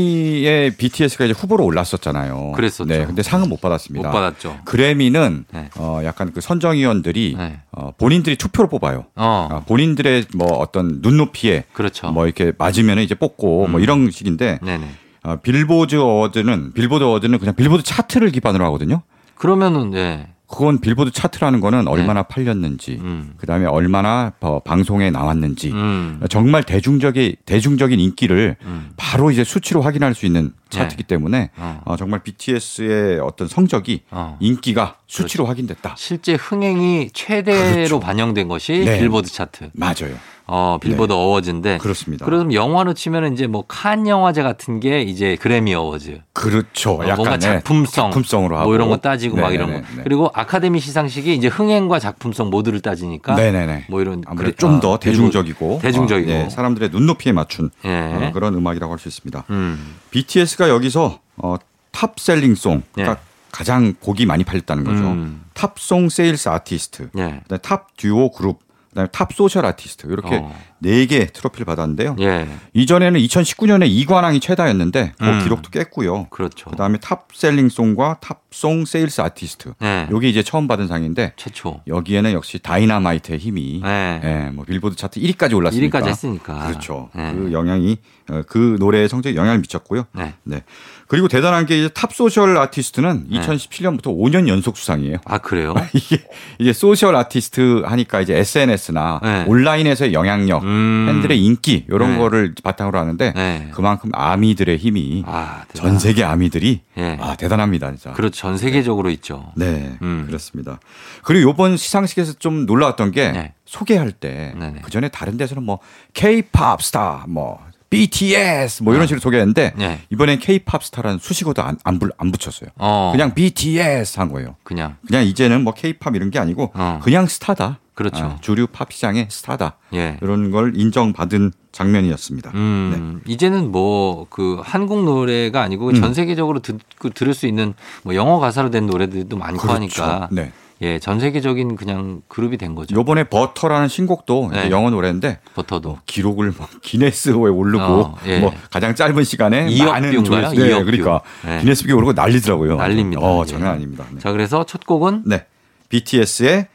그래미에 BTS가 이제 후보로 올랐었잖아요.
그랬었죠.
네, 근데 상은 못
못
받았습니다.
받았죠.
그래미는
네.
어, 약간 그 선정위원들이
네.
어, 본인들이 투표로 뽑아요.
어.
아, 본인들의 뭐 어떤 눈높이에
그렇죠.
뭐 이렇게 맞으면 이제 뽑고 뭐
음.
이런 식인데
네네.
어, 빌보드 어워드는 빌보드 어워드는 그냥 빌보드 차트를 기반으로 하거든요.
그러면은 예.
그건 빌보드 차트라는 거는 얼마나 팔렸는지,
네. 음.
그다음에 얼마나 어, 방송에 나왔는지,
음.
정말 대중적인 대중적인 인기를
음.
바로 이제 수치로 확인할 수 있는 차트이기 때문에
어.
어, 정말 BTS의 어떤 성적이
어. 그렇죠.
인기가 수치로 확인됐다.
실제 흥행이 최대로
그렇죠.
반영된 것이
네.
빌보드 차트.
맞아요.
어, 빌보드 어워즈인데.
네. 그렇습니다.
그럼 영화로 치면 이제 뭐 칸 영화제 같은 게 이제 그래미 어워즈.
그렇죠.
어,
약간
뭔가 작품성,
작품성으로 하고
뭐 이런 거 따지고 막 이런 거.
네네네.
그리고 아카데미 시상식이 이제 흥행과 작품성 모두를 따지니까
네네네.
뭐 이런
아무래도
그래-
좀 더
아,
대중적이고
대중적이고.
어, 예, 사람들의 눈높이에 맞춘
예.
어, 그런 음악이라고 할 수 있습니다.
음.
BTS가 여기서 어, 탑셀링송
예.
그러니까 가장 곡이 많이 팔렸다는 거죠.
음.
탑송 세일스 아티스트,
예.
그다음에 탑 듀오 그룹, 그다음에 탑 소셜 아티스트 이렇게
어.
네 개 트로피를 받았는데요.
예.
이전에는 2019년에 이관왕이 최다였는데 그
음.
기록도 깼고요.
그렇죠.
그다음에 탑셀링송과 탑송 세일스 아티스트
예.
요게 이제 처음 받은 상인데
최초.
여기에는 역시 다이나마이트의 힘이
예.
예, 뭐 빌보드 차트 1위까지 올랐으니까
1위까지 했으니까.
그렇죠.
예.
그 영향이 어, 그 노래의 성적에 영향을 미쳤고요.
네.
네. 그리고 대단한 게 이제 탑 소셜 아티스트는
네.
2017년부터 5년 연속 수상이에요. *laughs*
아, 그래요?
이게 이제 소셜 아티스트 하니까 이제 SNS나
네.
온라인에서의 영향력,
음.
팬들의 인기 이런
네.
거를 바탕으로 하는데
네.
그만큼 아미들의 힘이
아, 대단하다.
전 세계 아미들이
예.
아 대단합니다 진짜.
그렇죠. 전 세계적으로 있죠.
네,
음.
그렇습니다. 그리고 이번 시상식에서 좀 놀라웠던 게
네.
소개할 때
네네.
그 전에 다른 데서는 뭐 K-pop 스타, 뭐 BTS 뭐 이런 식으로 소개했는데
네.
이번엔 K-pop 스타라는 수식어도 안, 안, 불- 안 붙였어요.
어.
그냥 BTS 한 거예요.
그냥
그냥 이제는 뭐 K-pop 이런 게 아니고
어.
그냥 스타다.
그렇죠.
아, 주류 팝 시장의 스타다.
예.
이런 걸 인정받은 장면이었습니다.
음, 이제는 뭐 그 한국 노래가
음.
아니고 전 세계적으로 듣고 그 들을 수 있는 뭐 영어 가사로 된 노래들도 많고 하니까
네.
예, 전 세계적인 그냥 그룹이 된 거죠.
요번에 버터라는 신곡도 이제
네.
영어 노래인데
버터도.
기록을 뭐 기네스에 오르고
어, 예.
뭐 가장 짧은 시간에
이억
많은
뷰인가요?
조회수 네,
이억 뷰.
그러니까
네.
기네스북에 오르고 난리더라고요.
난리입니다.
어,
예.
장난 아닙니다. 네.
자, 그래서 첫 곡은
네. BTS의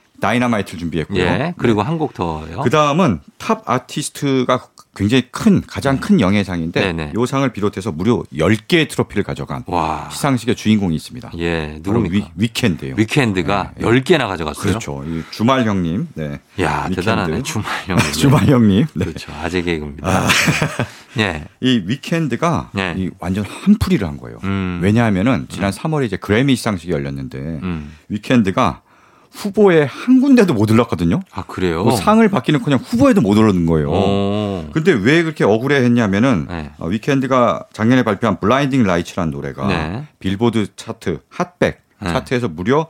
다이나마이트를 준비했고요.
예, 그리고 한 곡 더요.
네. 그다음은 탑 아티스트가 굉장히 큰 가장 큰
네,
영예상인데
네.
이 상을 비롯해서 무려 10개의 트로피를 가져간
와.
시상식의 주인공이 있습니다.
예,
바로
누굽니까?
위, 켄드예요
위켄드가
예, 예.
10개나 가져갔어요.
그렇죠. 이 주말 형님. 네.
야,
위켄드.
대단하네. 주말 형.
*laughs* 주말 형님. 네.
그렇죠. 아재 개그입니다. 예.
이 위켄드가
네.
이 완전 한풀이를 한 거예요.
음.
왜냐하면은 지난 3월에 이제 그래미 시상식이 열렸는데
음.
위켄드가 후보에 한 군데도 못 올랐거든요.
아, 그래요?
뭐 상을 받기는커녕 후보에도 못 오르는 거예요.
오.
근데 왜 그렇게 억울해했냐면은
어. 네.
어, 위켄드가 작년에 발표한 블라인딩 라이츠라는 노래가
네.
빌보드 차트 핫백 차트에서 무려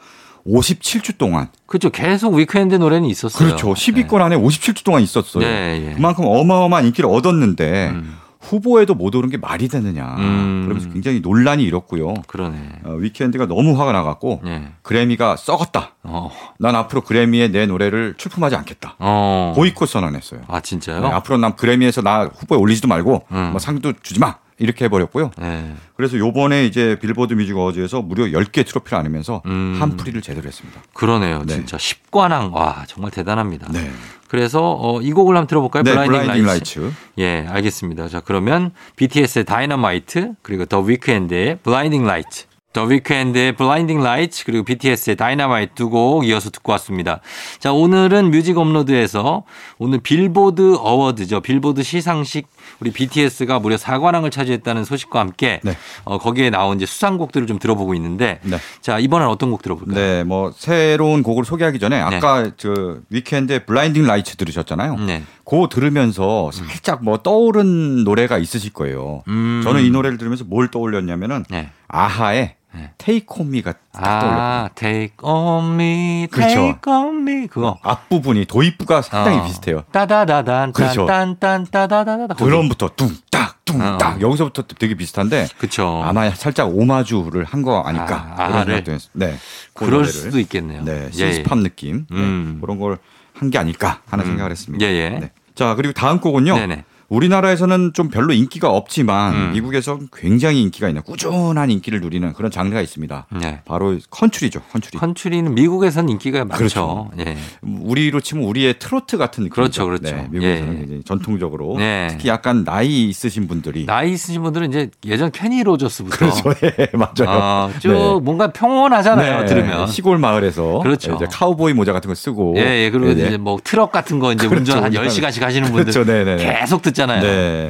57주 동안
그렇죠. 계속 위크엔드 노래는 있었어요.
그렇죠. 10위권 안에 57주 동안 있었어요.
네, 예.
그만큼 네. 어마어마한 인기를 얻었는데
음.
후보에도 못 오른 게 말이 되느냐.
음.
그러면서 굉장히 논란이 일었고요.
그러네.
어, 위켄드가 너무 화가 나갔고
예.
그래미가 썩었다.
어.
난 앞으로 그래미에 내 노래를 출품하지 않겠다.
어.
보이콧 선언했어요.
아 진짜요?
네, 앞으로 난 그래미에서 나 후보에 올리지도 말고
음.
뭐 상도 주지 마. 이렇게 해버렸고요.
네.
그래서 요번에 이제 빌보드 뮤직 어워즈에서 무려 10개 트로피를 안으면서
음.
한풀이를 제대로 했습니다.
그러네요.
네.
진짜 10관왕. 와, 정말 대단합니다.
네.
그래서 어, 이 곡을 한번 들어볼까요?
네,
블라인딩,
블라인딩
라이츠.
라이츠.
예, 알겠습니다. 자, 그러면 BTS의 다이너마이트, 그리고 더 위크엔드의 블라인딩 라이트. 더 위크엔드의 블라인딩 라이트, 그리고 BTS의 다이너마이트 두 곡 이어서 듣고 왔습니다. 자, 오늘은 뮤직 업로드에서 오늘 빌보드 어워드죠. 빌보드 시상식 우리 BTS가 무려 4관왕을 차지했다는 소식과 함께
네.
어, 거기에 나온 이제 수상곡들을 좀 들어보고 있는데
네.
자, 이번엔 어떤 곡 들어볼까요?
네, 뭐 새로운 곡을 소개하기 전에 아까 저 위켄드의 블라인딩 라이츠 들으셨잖아요.
네.
그거 들으면서 살짝 뭐 떠오른 노래가 있으실 거예요.
음.
저는 이 노래를 들으면서 뭘 떠올렸냐면은
네.
아하의
네.
테이크 온 미가 딱 떠올렸어요.
아, take on me,
그렇죠.
take on me 그거.
앞부분이 도입부가 상당히
어.
비슷해요.
따다다단
그렇죠.
딴딴 따다다다다.
드럼부터 뚱딱 뚱딱
아, 어.
여기서부터 되게 비슷한데
그렇죠.
아마 살짝 오마주를 한 거 아닐까
아,
그런
아하를.
생각도 했- 네, 그
그럴
노래를.
수도 있겠네요.
네,
예,
신스팝 느낌 네,
음.
그런 걸 한 게 아닐까 하는 생각을 했습니다.
예, 예.
네. 자 그리고 다음 곡은요.
네네.
우리나라에서는 좀 별로 인기가 없지만
음.
미국에서 굉장히 인기가 있는 꾸준한 인기를 누리는 그런 장르가 있습니다.
예. 네.
바로 컨츄리죠, 컨츄리.
컨츄리는 미국에선 인기가 많죠.
그렇죠.
예.
우리로 치면 우리의 트로트 같은 느낌.
그렇죠, 그렇죠.
네, 미국에서는
예, 예.
굉장히 전통적으로
네.
특히 약간 나이 있으신 분들이
나이 있으신 분들은 이제 예전 케니 로저스부터
*laughs* 그렇죠, 예, 맞아요.
어, 쭉
네.
뭔가 평온하잖아요.
네,
들으면.
시골 마을에서
그렇죠.
이제 카우보이 모자 같은 거 쓰고
예, 예. 그리고
네, 네.
이제 뭐 트럭 같은 거 이제
그렇죠,
운전 한
운전하는-
10시간씩 하시는 분들
그렇죠, 네, 네, 네.
계속 듣잖아요. 예.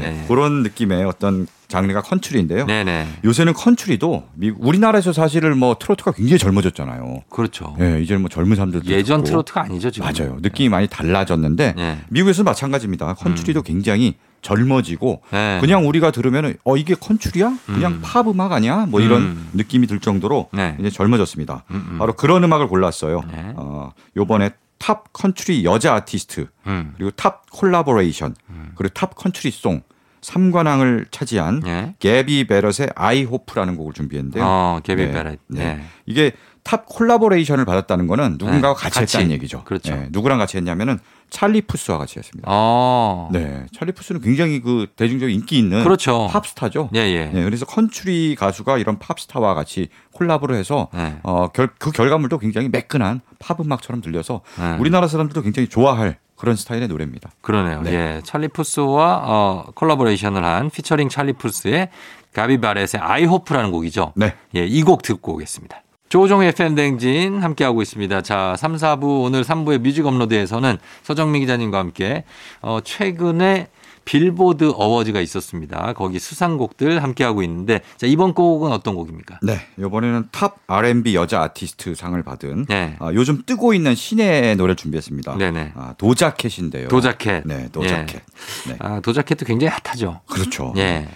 네. 그런 느낌의 어떤 장르가 컨츄리인데요.
네, 네.
요새는 컨츄리도 미- 우리나라에서 사실은 뭐 트로트가 굉장히 젊어졌잖아요.
그렇죠.
예, 이제는 뭐 젊은 사람들도
예전
듣고.
트로트가 아니죠, 지금.
맞아요. 느낌이 많이 달라졌는데
네. 음.
미국에서도 마찬가지입니다. 컨츄리도 굉장히 젊어지고
네.
그냥 우리가 들으면은 어 이게 컨츄리야? 그냥
음.
팝 음악 아니야? 뭐 이런
음.
느낌이 들 정도로
네.
이제 젊어졌습니다.
음, 음.
바로 그런 음악을 골랐어요.
네.
어, 요번에 탑 컨츄리 여자 아티스트
음.
그리고 탑 콜라보레이션 그리고 탑 컨트리 송 3관왕을 차지한
예.
개비 베럿의 아이 호프라는 곡을 준비했는데요.
어, 개비
네,
베렛.
네.
네.
이게 탑 콜라보레이션을 받았다는 거는 누군가와 같이,
같이.
했다는 얘기죠.
그렇죠.
네, 누구랑 같이 했냐면은 찰리 푸스와 같이 했습니다.
어.
네, 찰리 푸스는 굉장히 그 대중적인 인기 있는
그렇죠.
팝스타죠.
예, 예.
네, 그래서 컨트리 가수가 이런 팝스타와 같이 콜라보를 해서
네.
어, 결, 그 결과물도 굉장히 매끈한 팝 음악처럼 들려서
네.
우리나라 사람들도 굉장히 좋아할 그런 스타일의 노래입니다.
그러네요.
네.
예. 찰리 푸스와 어, 콜라보레이션을 한 피처링 찰리 푸스의 가비 바렛의 아이 호프라는 곡이죠.
네.
예, 이 곡 듣고 오겠습니다. 조종의 FM 댕진 함께하고 있습니다. 자, 3, 4부 오늘 3부의 뮤직 업로드에서는 서정민 기자님과 함께 어, 최근에 빌보드 어워즈가 있었습니다. 거기 수상곡들 함께하고 있는데 자, 이번 곡은 어떤 곡입니까?
네, 이번에는 탑 R&B 여자 아티스트 상을 받은
네.
아, 요즘 뜨고 있는 신의 노래를 준비했습니다.
네네.
아, 도자켓인데요.
도자켓.
네, 도자켓. 네.
아, 도자켓도 굉장히 핫하죠.
그렇죠.
예.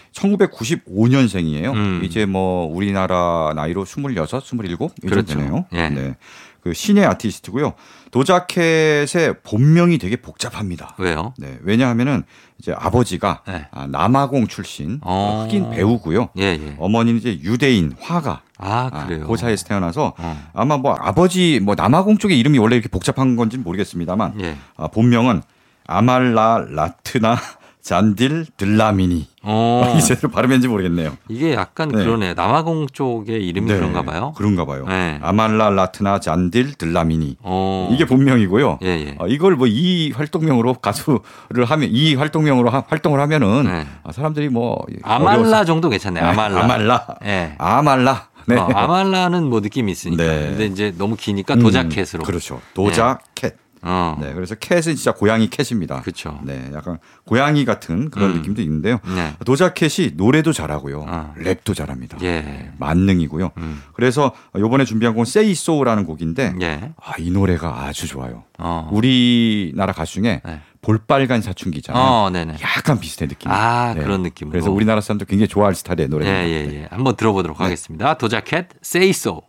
1995년생이에요.
음.
이제 뭐 우리나라 나이로 26, 27 이렇게
그렇죠.
되네요.
예.
네. 그 신의 아티스트고요. 도자켓의 본명이 되게 복잡합니다.
왜요?
네, 왜냐하면은 이제 아버지가
네.
아, 남아공 출신
어.
흑인 배우고요.
예, 예.
어머니는 이제 유대인 화가
아,
아,
그래요.
그 사이에서 태어나서
어.
아마 뭐 아버지 뭐 남아공 쪽의 이름이 원래 이렇게 복잡한 건지는 모르겠습니다만
예.
아, 본명은 아말라 라트나 잔딜 들라미니
어.
*laughs* 이 제대로 발음했는지 모르겠네요.
이게 약간
네.
그러네. 남아공 쪽의 이름이
네,
음, 그런가 봐요.
그런가 봐요.
네.
아말라 라트나 잔딜 들라미니
어.
이게 본명이고요.
예, 예.
어, 이걸 뭐 이 활동명으로 가수를 하면 이 활동명으로 하- 활동을 하면은
네.
아, 사람들이 뭐
아말라
어려워서-
정도 괜찮네요.
네,
아말라.
아말라
예.
아말라 네.
어, 아말라는 뭐 느낌이 있으니까.
네.
근데 이제 너무 기니까 그러니까 도자켓으로.
음, 그렇죠. 도자켓.
어.
네, 그래서 캣은 진짜 고양이 캣입니다.
그쵸.
네, 약간 고양이 같은 그런
음.
느낌도 있는데요.
네.
도자켓이 노래도 잘하고요,
아.
랩도 잘합니다.
예.
만능이고요.
음.
그래서 요번에 준비한 곡은 Say So라는 곡인데
예.
아, 이 노래가 아주 좋아요.
어.
우리나라 가수 중에
네.
볼빨간 사춘기잖아요.
어, 네네.
약간 비슷한 느낌.
아, 그런 느낌으로.
그래서 네. 우리나라 사람도 굉장히 좋아할 스타일의
예,
노래입니다.
예, 예. 한번 들어보도록 하겠습니다. 도자켓, say so.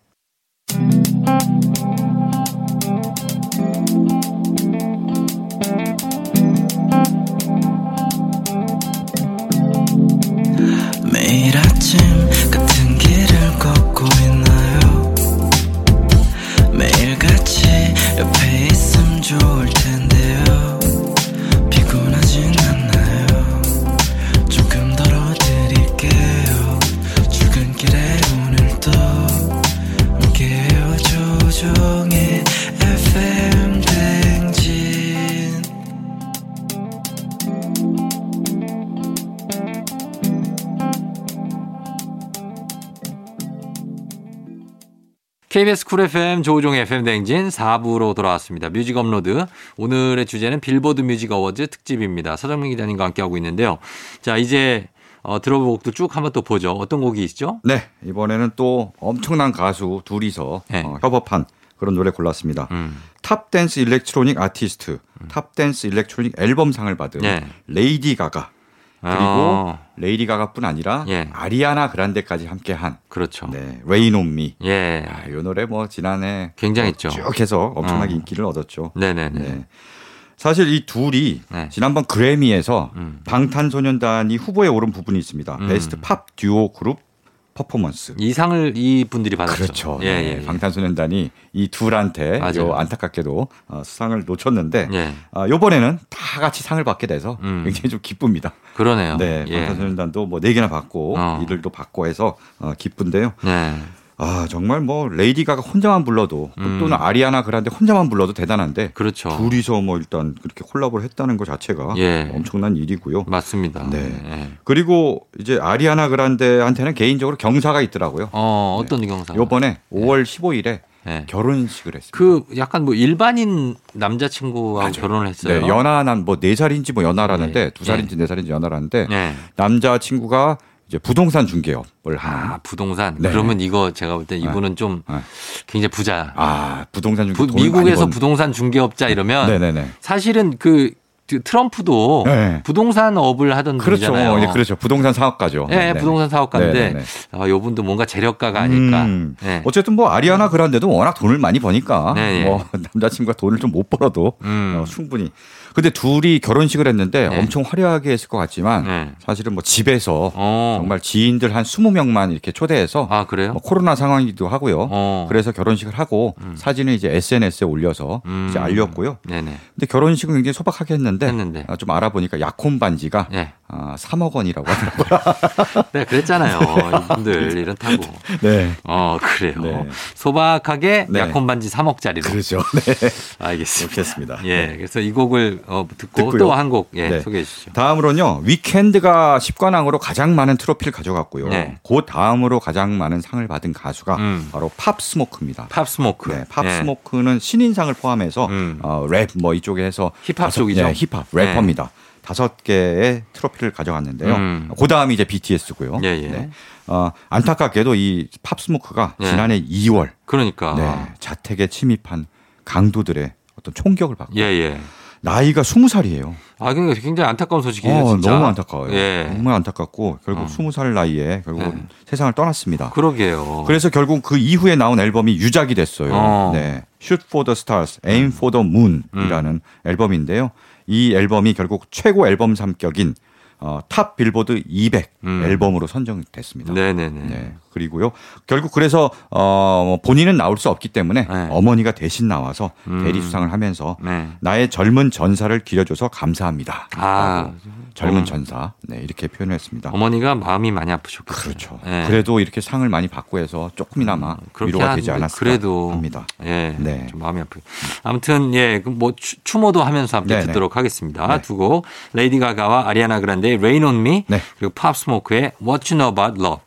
매일 아침 같은 길을 걷고 있나요 매일 같이 옆에 있음 좋을 텐데요 피곤하진 않나요 조금 덜어드릴게요 출근길에 오늘도 함께해요 조종의 FM 댕진
KBS 쿨 FM 조우종 FM 댕진 4부로 돌아왔습니다. 뮤직 업로드 오늘의 주제는 빌보드 뮤직 어워즈 특집입니다. 서정민 기자님과 함께하고 있는데요. 자 이제 어, 들어볼 곡도 쭉 한번 또 보죠. 어떤 곡이 있죠?
네, 이번에는 또 엄청난 가수 둘이서
네.
어, 협업한 그런 노래 골랐습니다.
음.
탑 댄스 일렉트로닉 아티스트, 탑 댄스 일렉트로닉 앨범상을 받은
네.
레이디 가가 그리고
어,
레이디 가가뿐 아니라
예.
아리아나 그란데까지 함께한
그렇죠.
네, 웨이노미.
예.
아, 이 노래 뭐 지난해
굉장했죠.
쭉 해서 엄청나게
어.
인기를 얻었죠.
네네네.
네. 사실 이 둘이
네.
지난번 그래미에서
음.
방탄소년단이 후보에 오른 부분이 있습니다.
음.
베스트 팝 듀오 그룹 퍼포먼스.
이 상을 이 분들이 받았죠.
그렇죠.
예,
네.
예, 예.
방탄소년단이 이 둘한테
맞아요.
요 안타깝게도 어, 수상을 놓쳤는데
예.
아, 이번에는 다 같이 상을 받게 돼서
음.
굉장히 좀 기쁩니다.
그러네요.
네,
예.
방탄소년단도 뭐 네 개나 받고
어.
이들도 받고 해서 어, 기쁜데요.
네.
아 정말 뭐 레이디 가가 혼자만 불러도
음.
또는 아리아나 그란데 혼자만 불러도 대단한데
그렇죠.
둘이서 뭐 일단 그렇게 콜라보를 했다는 것 자체가
예.
엄청난 일이고요.
맞습니다.
네.
예.
그리고 이제 아리아나 그란데한테는 개인적으로 경사가 있더라고요.
어, 어떤 경사?
네. 요번에 5월 15일에
예.
결혼식을 했습니다.
그 약간 뭐 일반인 남자친구하고
맞아요.
결혼을 했어요.
네, 연하는 뭐네 살인지 뭐 연하라는데
네.
두 살인지 네 살인지 연하라는데
네.
남자 친구가 이제 부동산 중개업을
아
하는
부동산.
네.
그러면 이거 제가 볼 때 이분은 좀
네.
굉장히 부자.
아 부동산 중개
부-
돈을
미국에서
많이 번-
부동산 중개업자 이러면
네네네
사실은 그 트럼프도
네.
부동산 업을 하던
그렇죠
분이잖아요.
예, 그렇죠 부동산 사업가죠.
예,
네네.
부동산 사업가인데
네네네.
아, 요분도 뭔가 재력가가 아닐까.
음.
예.
어쨌든 뭐 아리아나 그란데도 워낙 돈을 많이 버니까
네, 예.
뭐 *laughs* 남자친구가 돈을 좀 못 벌어도
음.
어, 충분히. 근데 둘이 결혼식을 했는데
네.
엄청 화려하게 했을 것 같지만
네.
사실은 뭐 집에서
어.
정말 지인들 한 20명만 이렇게 초대해서
아 그래요?
뭐 코로나 상황이기도 하고요.
어.
그래서 결혼식을 하고 사진을 이제 SNS에 올려서
음.
이제 알렸고요.
네네.
근데 결혼식은 굉장히 소박하게 했는데,
했는데.
아, 좀 알아보니까 약혼 반지가
예.
아, 3억 원이라고 하더라고요.
내가 네,
*laughs*
그랬잖아요. 이분들 이렇다고.
네.
어 그래요.
네.
소박하게
네.
약혼 반지 3억짜리로.
그렇죠. *laughs* 네.
알겠습니다.
이렇게 했습니다.
예, 그래서 이 곡을 어, 듣고
듣고요.
또 한 곡 예,
네.
소개해 주시죠.
다음으로는요. 위켄드가 10관왕으로 가장 많은 트로피를 가져갔고요.
네.
그 다음으로 가장 많은 상을 받은 가수가
음.
바로 팝스모크입니다.
팝스모크.
네, 팝스모크는 신인상을 포함해서
음.
어, 랩 뭐 이쪽에 해서
힙합
다섯-
쪽이죠?
네, 힙합
네.
래퍼입니다. 다섯 개의 트로피를 가져갔는데요.
음.
그 다음이 이제 BTS고요.
예, 예.
어, 안타깝게도 이 팝스모크가
예.
지난해 2월
그러니까.
네, 자택에 침입한 강도들의 어떤 총격을 받고
예, 예.
나이가 20살이에요.
아, 그러니까 굉장히 안타까운 소식이에요, 진짜.
어, 너무 안타까워요.
예.
정말 안타깝고 결국
어.
20살 나이에 결국
네.
은 세상을 떠났습니다.
그러게요.
그래서 결국 그 이후에 나온 앨범이 유작이 됐어요.
어. 음.
네. Shoot for the Stars, Aim for the Moon이라는 앨범인데요. 이 앨범이 결국 최고 앨범 삼격인 어, 탑 빌보드 200
음.
앨범으로 선정됐습니다.
네, 네, 네.
네. 그리고요. 결국 그래서 어, 본인은 나올 수 없기 때문에
네.
어머니가 대신 나와서
음.
대리 수상을 하면서
네.
나의 젊은 전사를 길어줘서 감사합니다.
아,
라고 젊은
음.
전사 네, 이렇게 표현했습니다.
어머니가 마음이 많이 아프셨겠어요.
그렇죠.
예.
그래도 이렇게 상을 많이 받고 해서 조금이나마
음, 그렇긴
위로가 되지
한데
않았을까
그래도
합니다.
예,
네.
좀 마음이 아프요 아무튼 예, 그뭐 추, 추모도 하면서 함께
네, 네.
듣도록 하겠습니다.
네.
두 곡 레이디 가가와 아리아나 그란데의 Rain on Me
네.
그리고 팝스모크의 What You Know About Love.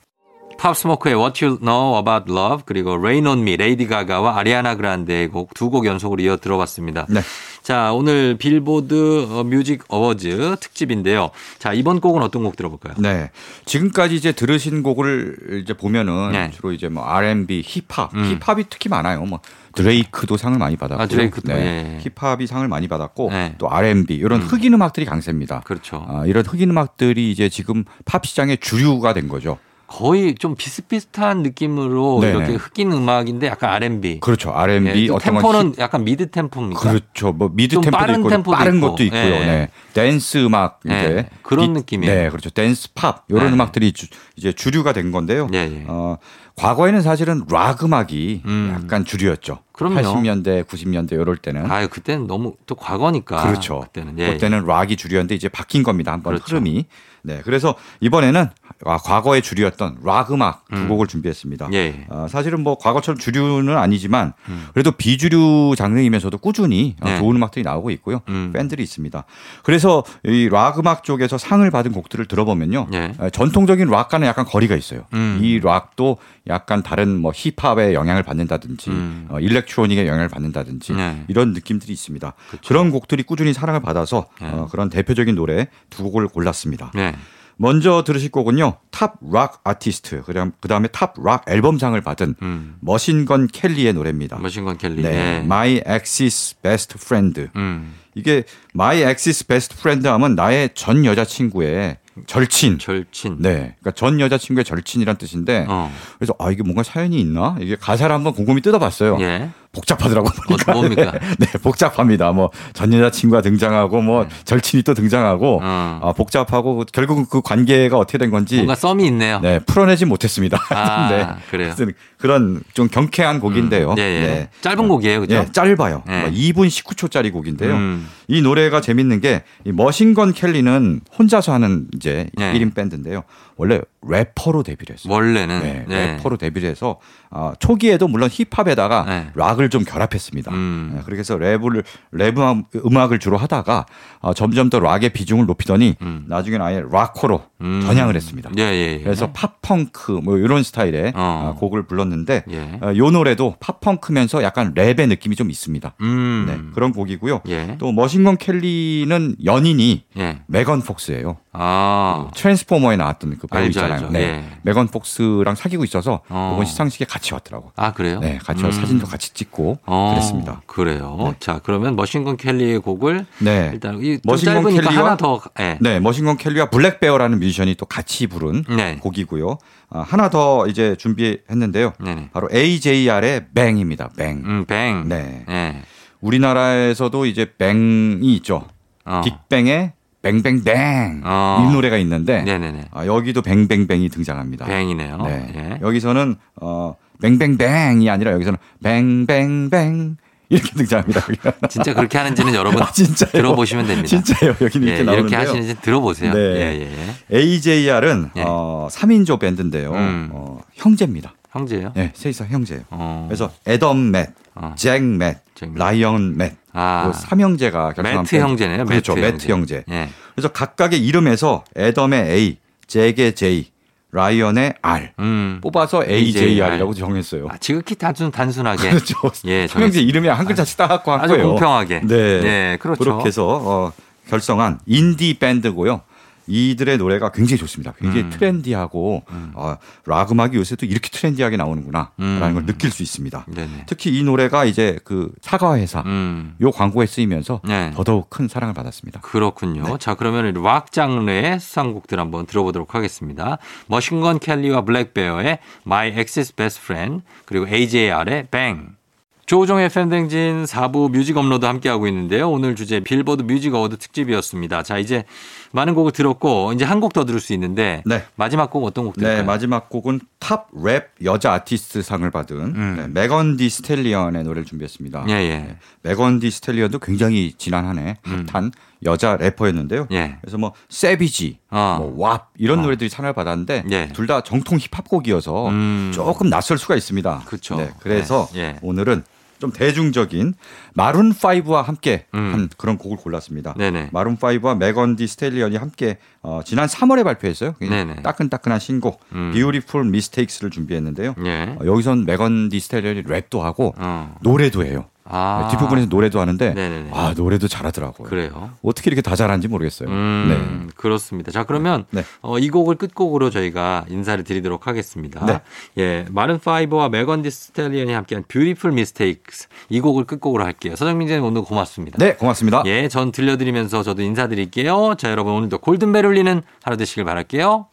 팝스모크의 What You Know About Love 그리고 Rain on Me 레이디 가가와 아리아나 그란데의 곡 두 곡 연속으로 이어 들어봤습니다.
네.
자, 오늘 빌보드 어, 뮤직 어워즈 특집인데요. 자, 이번 곡은 어떤 곡 들어볼까요?
네. 지금까지 이제 들으신 곡을 이제 보면은
네.
주로 이제 뭐 R&B, 힙합,
음.
힙합이 특히 많아요. 뭐 드레이크도 상을 많이 받았고, 네.
아, 드레이크도, 예.
힙합이 상을 많이 받았고,
네.
또 R&B 이런 흑인 음악들이 강세입니다.
그렇죠.
아, 이런 흑인 음악들이 이제 지금 팝 시장의 주류가 된 거죠.
거의 좀 비슷비슷한 느낌으로
네네.
이렇게 흑인 음악인데 약간 R&B.
그렇죠.
예,
R&B
좀
어떤 건
템포는
힙-
약간 미드 템포입니까?
그렇죠. 뭐 미드
그러니까 좀 빠른
템포도 있고
템포도
빠른
있고.
것도 있고요.
예.
네. 댄스 음악 이렇게
예. 그런 느낌이에요.
네, 그렇죠. 댄스 팝 이런
네.
음악들이 주- 이제 주류가 된 건데요.
예, 예.
어, 과거에는 사실은 락 음악이
음.
약간 주류였죠.
그럼요.
80년대, 90년대 이럴 때는
아유 그때는 너무 또 과거니까.
그렇죠.
그때는 예.
그때는 락이 주류였는데 이제 바뀐 겁니다. 한번
그렇죠.
흐름이. 네, 그래서 이번에는 아, 과거의 주류였던 락 음악 두
음.
곡을 준비했습니다.
예. 예.
어, 사실은 뭐 과거처럼 주류는 아니지만 그래도 비주류 장르이면서도 꾸준히 어,
음. 네.
좋은 음악들이 나오고 있고요.
음.
팬들이 있습니다. 그래서 이 락 음악 쪽에서 상을 받은 곡들을 들어보면요.
예.
어, 전통적인 락과는 약간 거리가 있어요.
음.
이 락도 약간 다른 뭐 힙합의 영향을 받는다든지
음.
어, 일렉트로닉의 영향을 받는다든지
네.
이런 느낌들이 있습니다. 그런 곡들이 꾸준히 사랑을 받아서
네.
어, 그런 대표적인 노래 두 곡을 골랐습니다.
예.
먼저 들으실 곡은요. 탑 락 아티스트 그다음 그다음에 탑 락 앨범상을 받은
음.
머신건 켈리의 노래입니다.
뭐 머신건 켈리.
네.
예.
My Ex's Best Friend.
음.
이게 My Ex's Best Friend 하면 나의 전 여자친구의 절친.
절친.
네. 그러니까 전 여자친구의 절친이란 뜻인데
어.
그래서 아 이게 뭔가 사연이 있나? 이게 가사를 한번 곰곰이 뜯어봤어요.
예. 어,
복잡하더라고요. 보니까.
뭡니까?
*laughs* 네, 복잡합니다. 뭐 전 여자친구가 등장하고 뭐 절친이 또 등장하고
네. 어.
아, 복잡하고 결국은 그 관계가 어떻게 된 건지
뭔가 썸이 있네요.
네, 풀어내지 못했습니다.
아,
*laughs* 네.
그래요.
하여튼 그런 좀 경쾌한 곡인데요.
예, 예.
네.
짧은 곡이에요, 그죠?
예, 짧아요.
예.
2분 19초짜리 곡인데요.
음.
이 노래가 재밌는 게 이 머신건 켈리는 혼자서 하는 이제
예.
1인 밴드인데요. 원래 래퍼로 데뷔를 했어요.
원래는
네,
예.
래퍼로 데뷔를 해서 아, 초기에도 물론 힙합에다가
네.
락을 좀 결합했습니다.
음.
네, 그렇게 해서 랩을 랩 음악- 음악을 주로 하다가 아, 점점 더 락의 비중을 높이더니
음.
나중에는 아예 락커로
음.
전향을 했습니다.
예, 예. 예.
그래서 팝펑크 뭐 이런 스타일의
어.
아, 곡을 불렀는데
예.
어, 요 노래도 팝펑크면서 약간 랩의 느낌이 좀 있습니다.
음.
네, 그런 곡이고요.
예.
또 머신건 켈리는 연인이
예.
메건 폭스예요.
아.
트랜스포머에 나왔던 그 배우
알죠,
있잖아요.
알죠.
네.
예.
메건 폭스랑 사귀고 있어서
어.
이번 시상식에 같이 왔더라고.
아, 그래요?
네, 같이 와서
음.
사진도 같이 찍고
어,
그랬습니다.
그래요.
네.
자, 그러면 머신건 켈리의 곡을
네.
일단 이좀
머신건
짧으니까
켈리와-
하나 더 예.
네, 머신건 켈리와 블랙베어라는 뮤지션이 또 같이 부른
네.
곡이고요. 아, 하나 더 이제 준비했는데요.
네. 네.
바로 AJR의 뱅입니다. 뱅.
음, 뱅.
네.
예.
우리나라에서도 이제 뱅이 있죠.
어.
빅뱅의 뱅뱅뱅
어.
이 노래가 있는데
네, 네, 네.
아, 여기도 뱅뱅뱅이 등장합니다.
뱅이네요.
네.
예.
여기서는 어, 뱅뱅뱅이 아니라 여기서는 뱅뱅뱅 이렇게 등장합니다.
예. 진짜 그렇게 하는지는 여러분
*laughs* 아, 진짜요?
들어보시면 됩니다.
진짜요. 여기는
예,
이렇게
이렇게
나오는데요.
하시는지 들어보세요.
네.
예, 예.
AJR은
예.
어, 3인조 밴드인데요.
음.
어, 형제입니다.
형제예요?
네, 셋이서 형제예요.
어.
그래서 애덤 맷,
어.
잭 맷,
잭 맷.
라이언 맷,
아.
그 삼형제가 결성한
매트 형제네요.
그렇죠.
매트,
매트 형제.
예.
그래서 각각의 이름에서 애덤의 A, 잭의 J, 라이언의 R
음.
뽑아서 AJR이라고 정했어요.
아, 지극히 단순 단순하게.
*laughs* 그렇죠.
예,
삼형제 이름에 한 글자씩 따갖고 한
아주
거예요.
공평하게.
네.
예, 그렇죠.
그렇게 해서 어, 결성한 인디 밴드고요. 이들의 노래가 굉장히 좋습니다. 굉장히
음.
트렌디하고 어, 락 음악이 요새도 이렇게 트렌디하게 나오는구나라는
음.
걸 느낄 수 있습니다.
네네.
특히 이 노래가 이제 그 사과 회사
음.
요 광고에 쓰이면서
네.
더더욱 큰 사랑을 받았습니다.
그렇군요.
네.
자, 그러면 락 장르의 수상곡들 한번 들어보도록 하겠습니다. 머신건 켈리와 블랙베어의 My Ex's Best Friend, 그리고 AJR의 Bang. 조우종의 팬댕진 4부 뮤직 업로드 함께하고 있는데요. 오늘 주제 빌보드 뮤직 어워드 특집이었습니다. 자, 이제 많은 곡을 들었고, 이제 한 곡 더 들을 수 있는데,
네.
마지막 곡 어떤 곡 들을까요?
네, 마지막 곡은 탑 랩 여자 아티스트 상을 받은 네, 메건 디 스텔리언의 노래를 준비했습니다.
예, 예.
네, 메건 디 스텔리언도 굉장히 지난 한 해 핫한 여자 래퍼였는데요.
음. 예.
그래서 뭐 세비지,
아.
뭐왑 이런 노래들이 상을 받았는데
예.
둘 다 정통 힙합곡이어서
음.
조금 낯설 수가 있습니다.
그쵸.
그래서
네, 예.
오늘은 좀 대중적인 마룬 5와 함께
음.
한 그런 곡을 골랐습니다.
네네.
마룬 5와 메건 디 스텔리언이 함께 어, 지난 3월에 발표했어요. 굉장히
네네.
따끈따끈한 신곡
음.
Beautiful Mistakes를 준비했는데요.
예.
어, 여기선 메건 디 스텔리언이 랩도 하고
어.
노래도 해요.
아.
네, 뒷부분에서 노래도 하는데
네네네.
아 노래도 잘하더라고요.
그래요.
어떻게 이렇게 다 잘하는지 모르겠어요.
음, 그렇습니다. 자, 그러면
네.
어, 이 곡을 끝곡으로 저희가 인사를 드리도록 하겠습니다.
네.
예, 마른 파이버와 메건 디스텔리언이 함께한 뷰티풀 미스테이크스 이 곡을 끝곡으로 할게요. 서정민 씨 오늘 고맙습니다.
네, 고맙습니다.
예, 전 들려드리면서 저도 인사드릴게요. 자, 여러분 오늘도 골든벨 울리는 하루 되시길 바랄게요.